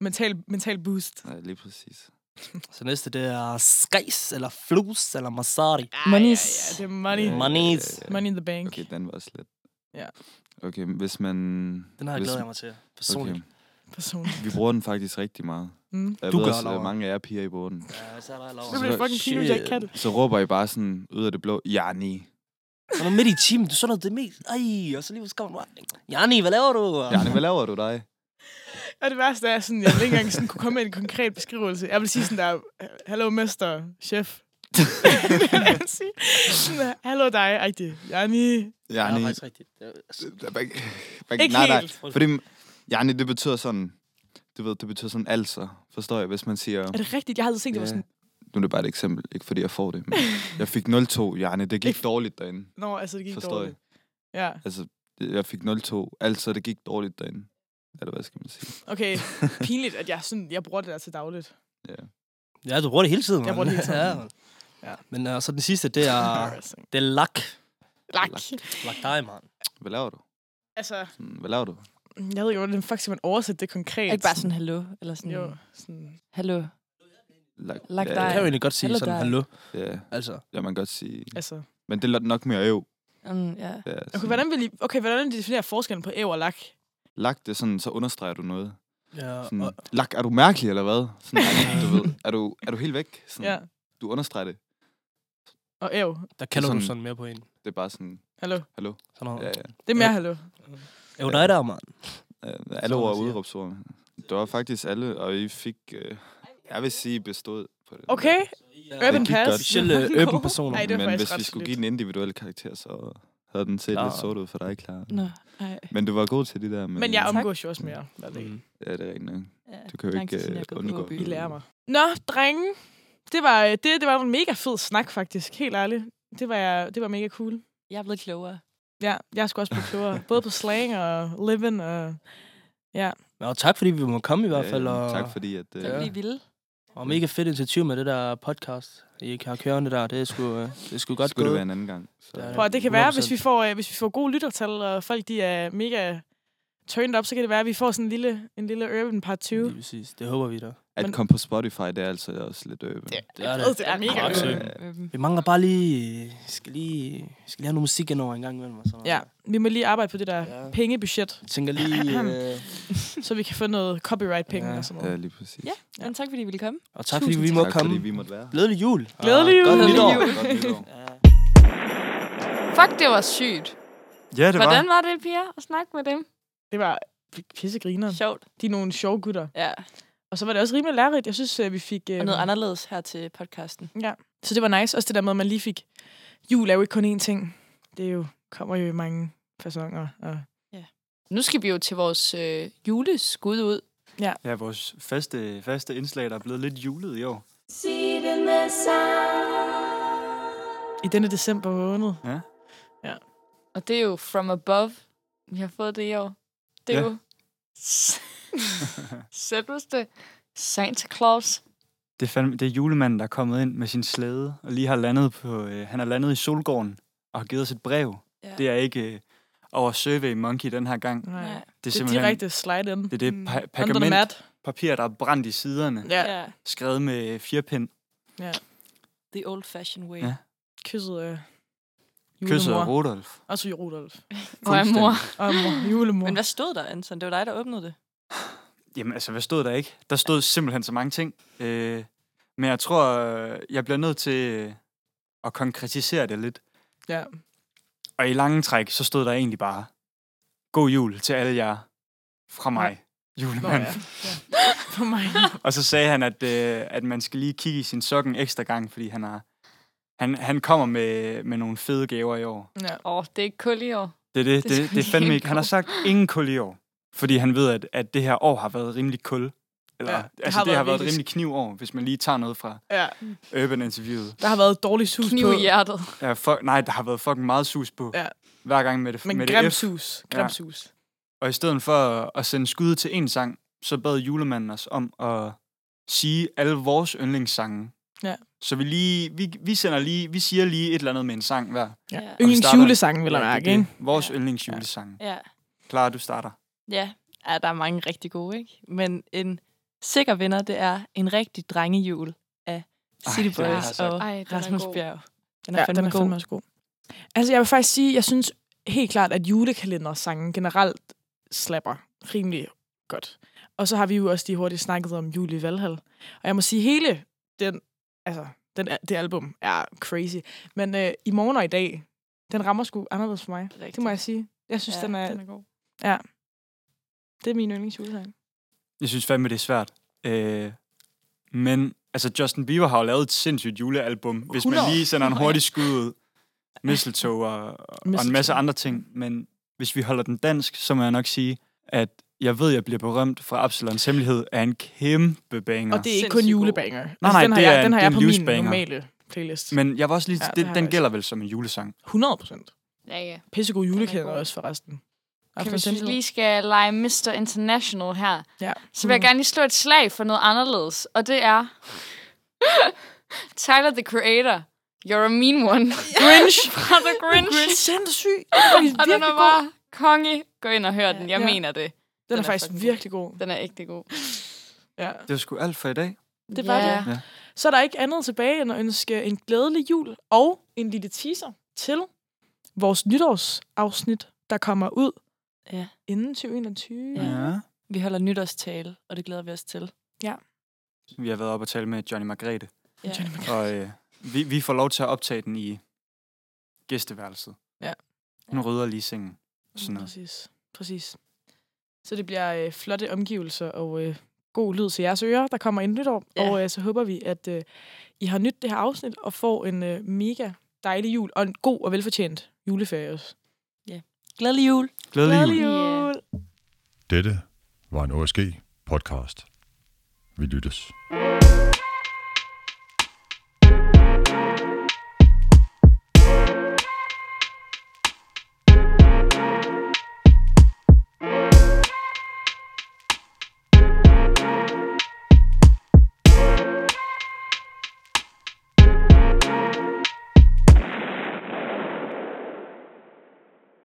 Speaker 3: Mental, mental boost.
Speaker 7: Nej, lige præcis.
Speaker 1: Så næste, det er skajs, eller flus, eller masari.
Speaker 5: Monies.
Speaker 3: Ja, ja, det er money.
Speaker 7: Ja,
Speaker 1: Monies.
Speaker 7: ja, ja.
Speaker 3: Money in the bank.
Speaker 7: Okay, den var også lidt.
Speaker 3: Ja.
Speaker 7: Okay, men hvis man...
Speaker 1: Den har jeg
Speaker 7: hvis-
Speaker 1: glædet mig til, personligt.
Speaker 7: Okay.
Speaker 3: Personligt.
Speaker 7: Vi bruger den faktisk rigtig meget.
Speaker 3: Mm.
Speaker 7: Jeg
Speaker 1: Du
Speaker 7: du ved
Speaker 1: gør,
Speaker 7: gør, også, at
Speaker 1: Laura.
Speaker 7: mange af jer piger i bruger den.
Speaker 1: Ja, så er der
Speaker 3: Nu bliver det fucking pinligt, hvis jeg ikke kan det.
Speaker 7: Så råber I bare sådan ud af det blå, ja, ni.
Speaker 1: Sådan noget midt i timen, du sådan noget det mest. Ej, og så lige så kommer du bare, Janni, hvad laver du?
Speaker 7: Janne, hvad laver du dig?
Speaker 3: Og det værste er, sådan, jeg ville ikke engang sådan, kunne komme med en konkret beskrivelse. Jeg vil sige sådan der, hallo mester, chef. jeg vil sige, sådan der, hallo dig, rigtig. Janni.
Speaker 1: Ja, det
Speaker 7: Janne.
Speaker 1: er faktisk rigtigt. Det er-
Speaker 7: Ikke
Speaker 3: Ikke
Speaker 7: nej, nej.
Speaker 3: helt.
Speaker 7: Fordi, Janne, det betyder sådan, du ved, det betyder sådan altså, forstår jeg, hvis man siger...
Speaker 3: Er det rigtigt? Jeg havde tænkt, det var
Speaker 7: ja.
Speaker 3: sådan,
Speaker 7: Nu er det bare et eksempel, ikke fordi jeg får det, men jeg fik 0-2, Janne, det gik dårligt derinde,
Speaker 3: nå, altså det gik
Speaker 7: forstår jeg.
Speaker 3: dårligt. Ja,
Speaker 7: Jeg fik 0-2, altså det gik dårligt derinde. Eller hvad skal man sige?
Speaker 3: okay. Pinligt, at jeg, sådan, jeg bruger det der til dagligt.
Speaker 1: Ja, du bruger det hele tiden.
Speaker 3: Jeg bruger det hele tiden.
Speaker 1: Ja, mand.
Speaker 3: Ja.
Speaker 1: Men øh, så den sidste, det
Speaker 7: Ah.
Speaker 1: er,
Speaker 3: Embarrassing.
Speaker 1: det er lak.
Speaker 3: Lak.
Speaker 1: Lak dig, mand.
Speaker 7: Hvad laver du?
Speaker 3: Altså,
Speaker 7: Sådan, Hvad laver du?
Speaker 3: jeg ved ikke, hvordan fuck skal man oversætte det konkret?
Speaker 5: Er ikke bare sådan hallo? Eller sådan,
Speaker 3: Jo, sådan.
Speaker 5: hallo.
Speaker 7: Lag,
Speaker 5: Lak
Speaker 1: Det
Speaker 5: dig.
Speaker 1: kan jo egentlig godt sige
Speaker 5: Hallo
Speaker 1: sådan,
Speaker 5: dig.
Speaker 1: hallo.
Speaker 7: Ja,
Speaker 1: Altså,
Speaker 7: ja, man kan godt sige.
Speaker 3: Altså,
Speaker 7: Men det er nok mere øv.
Speaker 5: Mm, ja.
Speaker 7: Ja,
Speaker 3: okay,
Speaker 7: sådan.
Speaker 3: hvordan vil I, okay, hvordan definerer forskellen på æv og lak?
Speaker 7: Lak, det er sådan, så understreger du noget.
Speaker 1: ja,
Speaker 7: Sådan,
Speaker 1: øh, og,
Speaker 7: Lak, er du mærkelig eller hvad? Sådan, ej, du ved, er du, er du helt væk?
Speaker 4: Mm.
Speaker 7: Sådan,
Speaker 3: Ja,
Speaker 7: Du understreger det.
Speaker 3: og æv.
Speaker 1: der kalder
Speaker 7: sådan-
Speaker 1: du sådan mere på en.
Speaker 7: Det er bare sådan,
Speaker 3: Hallo.
Speaker 1: Sådan noget.
Speaker 7: ja,
Speaker 1: Ja.
Speaker 7: ja.
Speaker 3: Det er mere hallo.
Speaker 1: Jo, dig der, mand.
Speaker 7: Øh, Alle
Speaker 1: Som man
Speaker 7: ord er
Speaker 1: siger.
Speaker 7: udråbsord. Det var faktisk alle, og I fik, øh, jeg vil sige, bestået på det.
Speaker 3: Okay,
Speaker 7: Det
Speaker 3: Urban
Speaker 7: gik
Speaker 3: Pass.
Speaker 7: godt.
Speaker 1: Specielle øben personer.
Speaker 3: Ej, det var
Speaker 7: Men
Speaker 3: faktisk
Speaker 7: hvis vi
Speaker 3: ret solidt.
Speaker 7: skulle give den individuelle karakter, så havde den set
Speaker 1: Klar.
Speaker 7: lidt sort ud for dig, klar.
Speaker 5: Nå, nej.
Speaker 7: Men du var god til det der. Men,
Speaker 3: Men jeg
Speaker 5: Tak.
Speaker 3: omgås jo også mere. hver dag.
Speaker 1: Mm.
Speaker 7: Ja, det er rent nok.
Speaker 5: Ja,
Speaker 7: Du kan jo
Speaker 5: lang tid
Speaker 7: ikke,
Speaker 5: siden, jeg
Speaker 7: øh,
Speaker 5: er gået på
Speaker 7: undgå.
Speaker 5: OB.
Speaker 3: I lærer mig. Nå, drenge. Det var, øh, det, det var en mega fed snak, faktisk. Helt ærligt. Det var, jeg- det var mega cool.
Speaker 5: Jeg er blevet klogere.
Speaker 3: Ja, jeg skulle også blive klogere. Både på slang og living og...
Speaker 1: Ja, og tak fordi vi må komme i hvert fald.
Speaker 7: Ja,
Speaker 1: Og...
Speaker 7: tak fordi, at... øh,
Speaker 5: Det
Speaker 1: Ja.
Speaker 5: er vilde.
Speaker 1: Og mega fedt initiativ med det der podcast, I har kørende der. Det er sgu, øh, det er sgu godt
Speaker 7: Skulle det
Speaker 1: gået.
Speaker 7: være en anden gang. Så.
Speaker 1: Ja.
Speaker 3: Prøv, at det kan være, hvis
Speaker 1: 100%.
Speaker 3: vi, får, øh, hvis vi får gode lyttertal, og folk de er mega turned up, så kan det være, at vi får sådan en lille, en lille urban part 20.
Speaker 1: Lige præcis. Det håber vi da.
Speaker 7: At
Speaker 3: Men-
Speaker 7: komme på Spotify, det er altså også lidt øve.
Speaker 5: Det
Speaker 1: Det er
Speaker 3: ved,
Speaker 1: det.
Speaker 3: det er mega
Speaker 1: Absolut.
Speaker 3: godt.
Speaker 1: Vi mangler bare lige... Skal lige, skal lige have noget musik ind over en gang imellem. Og sådan noget.
Speaker 3: Ja, vi må lige arbejde på det der
Speaker 1: Ja.
Speaker 3: pengebudget,
Speaker 1: Jeg tænker lige... Øh,
Speaker 3: så vi kan få noget copyright-penge
Speaker 1: Ja. øh.
Speaker 3: og sådan
Speaker 7: Ja,
Speaker 3: noget.
Speaker 7: lige præcis.
Speaker 5: Ja, men tak fordi I ville komme.
Speaker 1: og tak fordi
Speaker 3: Tusind
Speaker 1: vi må
Speaker 7: tak,
Speaker 1: komme.
Speaker 7: fordi vi måtte være.
Speaker 1: Glædelig jul. og
Speaker 3: Glædelig jul.
Speaker 1: Ah, Godt
Speaker 3: Glædelig
Speaker 1: nytår.
Speaker 3: jul.
Speaker 7: Godt nytår.
Speaker 1: Ja.
Speaker 6: Fuck, det var sygt.
Speaker 4: Ja, det
Speaker 6: Hvordan
Speaker 4: var.
Speaker 6: var det, Pia, at snakke med dem?
Speaker 3: Det var pissegriner.
Speaker 5: Sjovt.
Speaker 3: De er nogle sjove gutter.
Speaker 5: Ja,
Speaker 3: Og så var det også rimelig lærerigt. Jeg synes, øh, vi fik...
Speaker 5: og
Speaker 3: Øh,
Speaker 5: noget anderledes her til podcasten.
Speaker 3: Så det var nice. Også det der med, at man lige fik... Jul er jo ikke kun én ting. Det er jo, kommer jo i mange fasonger. Og
Speaker 6: Nu skal vi jo til vores øh, juleskud ud.
Speaker 4: Ja, vores faste, faste indslag, der er blevet lidt julet i år.
Speaker 3: I denne december måned.
Speaker 6: Og det er jo From Above. Vi har fået det i år. Det er
Speaker 4: Ja.
Speaker 6: jo selveste Santa Claus.
Speaker 4: Det er, fandme, det er julemanden, der er kommet ind med sin slæde, og lige har landet på, øh, han er landet i Solgården, og har givet os et brev.
Speaker 5: Ja.
Speaker 4: Det er ikke øh, over Survey Monkey den her gang.
Speaker 3: Nej.
Speaker 5: Nej.
Speaker 4: Det er
Speaker 3: Det er
Speaker 4: simpelthen
Speaker 3: direkte slide in.
Speaker 4: det, er det
Speaker 5: Mm.
Speaker 4: pa-
Speaker 3: Under the mat.
Speaker 4: pergament, papir, der er brændt i siderne,
Speaker 3: Ja.
Speaker 5: ja.
Speaker 4: skrevet med firpind,
Speaker 5: The old fashioned way.
Speaker 4: Ja.
Speaker 3: Kysset af julemor.
Speaker 4: kysset af Rudolf.
Speaker 3: Og så Rudolf.
Speaker 6: Hvor er mor?
Speaker 3: Og mor. Julemor.
Speaker 5: Men hvad stod der, Anton? Det var dig, der åbnede det.
Speaker 4: Jamen altså, hvad stod der ikke? Der stod simpelthen så mange ting. Øh, men jeg tror, øh, jeg bliver nødt til øh, at konkretisere det lidt.
Speaker 3: Ja.
Speaker 4: Og i lange træk, så stod der egentlig bare, god jul til alle jer fra mig,
Speaker 3: Nå,
Speaker 4: julemand.
Speaker 3: ja. ja. For mig.
Speaker 4: Og så sagde han, at, øh, at man skal lige kigge i sin sokken ekstra gang, fordi han har... Han, han kommer med, med nogle fede gaver i år.
Speaker 3: Ja.
Speaker 6: Åh, oh, det er ikke kul i år.
Speaker 4: Det, er det,
Speaker 6: Det
Speaker 4: det,
Speaker 6: skal
Speaker 4: det, det er
Speaker 6: vi
Speaker 4: fandme
Speaker 6: ikke
Speaker 4: ikke. Han har
Speaker 6: gå.
Speaker 4: sagt ingen kul i år. Fordi han ved, at, at det her år har været rimelig kul. Eller,
Speaker 3: Ja,
Speaker 4: ja,
Speaker 3: det
Speaker 4: altså,
Speaker 3: har
Speaker 4: det har
Speaker 3: været
Speaker 4: været et
Speaker 3: virkelig-
Speaker 4: rimelig knivår, hvis man lige tager noget fra
Speaker 3: ja.
Speaker 4: Urban Interviewet.
Speaker 3: Der har været dårlig sus
Speaker 6: Kniv
Speaker 3: på.
Speaker 6: i hjertet.
Speaker 4: Ja, fuck, nej, der har været fucking meget sus på.
Speaker 3: Ja.
Speaker 4: Hver gang med det,
Speaker 3: Men
Speaker 4: med
Speaker 3: grim
Speaker 4: det F.
Speaker 3: sus. Grim
Speaker 4: Ja.
Speaker 3: sus.
Speaker 4: Og i stedet for at- at sende skud til en sang, så bad julemanden os om at sige alle vores yndlingssange.
Speaker 3: Ja.
Speaker 4: Så vi, lige, vi, vi, sender lige, vi siger lige et eller andet med en sang hver.
Speaker 3: Ja.
Speaker 5: Ja.
Speaker 3: Yndlingsjulesangen, vil jeg
Speaker 4: Ja, det er
Speaker 3: mærke,
Speaker 4: det.
Speaker 3: ikke?
Speaker 4: Vores
Speaker 5: Ja.
Speaker 4: ja. yndlingsjulesange.
Speaker 5: Ja.
Speaker 4: Klar, du starter.
Speaker 5: Ja, ja, der er mange rigtig gode, ikke? Men en sikker vinder, det er en rigtig drengejul af
Speaker 4: Ej, altså-
Speaker 5: City
Speaker 4: den har jeg
Speaker 5: Boys
Speaker 4: sagt.
Speaker 5: og
Speaker 6: Ej, den er
Speaker 5: Rasmus
Speaker 6: god.
Speaker 5: Bjerg. Den er
Speaker 3: Ja,
Speaker 5: fandme
Speaker 3: den er
Speaker 5: god.
Speaker 3: fandme også god. Altså, jeg vil faktisk sige, jeg synes helt klart, at julekalendersangen generelt slapper rimelig godt. Og så har vi jo også lige hurtigt snakket om Julie Valhall. Og jeg må sige, hele den, altså, den, det album er crazy. Men øh, i morgen og i dag, den rammer sgu anderledes for mig.
Speaker 5: Rigtigt.
Speaker 3: Det må jeg sige. Jeg synes,
Speaker 5: Ja,
Speaker 3: ja, den, er,
Speaker 5: den
Speaker 3: er god. Ja. Det er min yndlingsjulesang.
Speaker 4: Jeg synes fandme, det er svært. Øh, men altså, Justin Bieber har jo lavet et sindssygt julealbum. Hvis man
Speaker 3: 100.
Speaker 4: lige sender en hurtig skud ud. Mistletoe og, og en masse
Speaker 3: Mistletoe.
Speaker 4: andre ting. Men hvis vi holder den dansk, så må jeg nok sige, at jeg ved, jeg bliver berømt fra Absalons Hemmelighed er en kæmpe banger.
Speaker 3: Og det er ikke
Speaker 5: Sindssygt
Speaker 3: kun
Speaker 5: god.
Speaker 3: julebanger. Nej,
Speaker 4: nej,
Speaker 3: den har
Speaker 4: det
Speaker 3: jeg,
Speaker 4: er
Speaker 3: den
Speaker 4: en-
Speaker 3: har
Speaker 4: det
Speaker 3: jeg
Speaker 4: er en
Speaker 3: på min
Speaker 4: livsbanger.
Speaker 3: normale playlist. Men,
Speaker 4: Men jeg var også lige,
Speaker 3: Ja,
Speaker 4: ja,
Speaker 3: det
Speaker 4: det,
Speaker 3: har jeg
Speaker 4: den
Speaker 3: også.
Speaker 4: gælder vel som en julesang.
Speaker 3: 100 procent.
Speaker 6: Ja, ja.
Speaker 3: Pissegod julekæder
Speaker 6: god.
Speaker 3: også, forresten.
Speaker 6: Kan
Speaker 3: Aftenens
Speaker 6: vi synes,
Speaker 3: Hemmelighed.
Speaker 6: lige skal lege Mr. International her,
Speaker 3: Ja. Mm.
Speaker 6: så vil jeg gerne lige slå et slag for noget anderledes, og det er Tyler, the Creator. You're a mean one. Grinch. Fra The Grinch.
Speaker 3: Grinch. Sindssyg.
Speaker 6: Og den er bare konge. Gå ind og hør den. Jeg
Speaker 3: Ja.
Speaker 6: mener det.
Speaker 3: Den
Speaker 5: Den
Speaker 3: er
Speaker 5: er
Speaker 3: faktisk
Speaker 5: fucking god.
Speaker 3: virkelig god.
Speaker 6: Den er ægte god.
Speaker 3: Ja.
Speaker 4: Det var sgu alt for i dag.
Speaker 5: Det var det.
Speaker 3: Så er der ikke andet tilbage end at ønske en glædelig jul og en lille teaser til vores nytårsafsnit, der kommer ud
Speaker 5: Ja.
Speaker 3: inden 2021.
Speaker 5: Ja. Vi holder nytårstale, og det glæder vi os til.
Speaker 4: Vi har været op og tale med Johnny Margrethe.
Speaker 5: Ja.
Speaker 4: Og øh, vi, vi får lov til at optage den i gæsteværelset.
Speaker 3: Ja.
Speaker 4: Hun rydder lige sengen. og Sådan noget.
Speaker 3: Præcis. Præcis. Så det bliver øh, flotte omgivelser og øh, god lyd til jeres ører, der kommer ind nytår.
Speaker 5: Ja.
Speaker 3: Og øh, så håber vi, at øh, I har nydt det her afsnit og får en øh, mega dejlig jul og en god og velfortjent juleferie også.
Speaker 5: Glædelig jul.
Speaker 4: Glædelig jul.
Speaker 6: Yeah.
Speaker 2: Dette var en OSG podcast. Vi lyttes.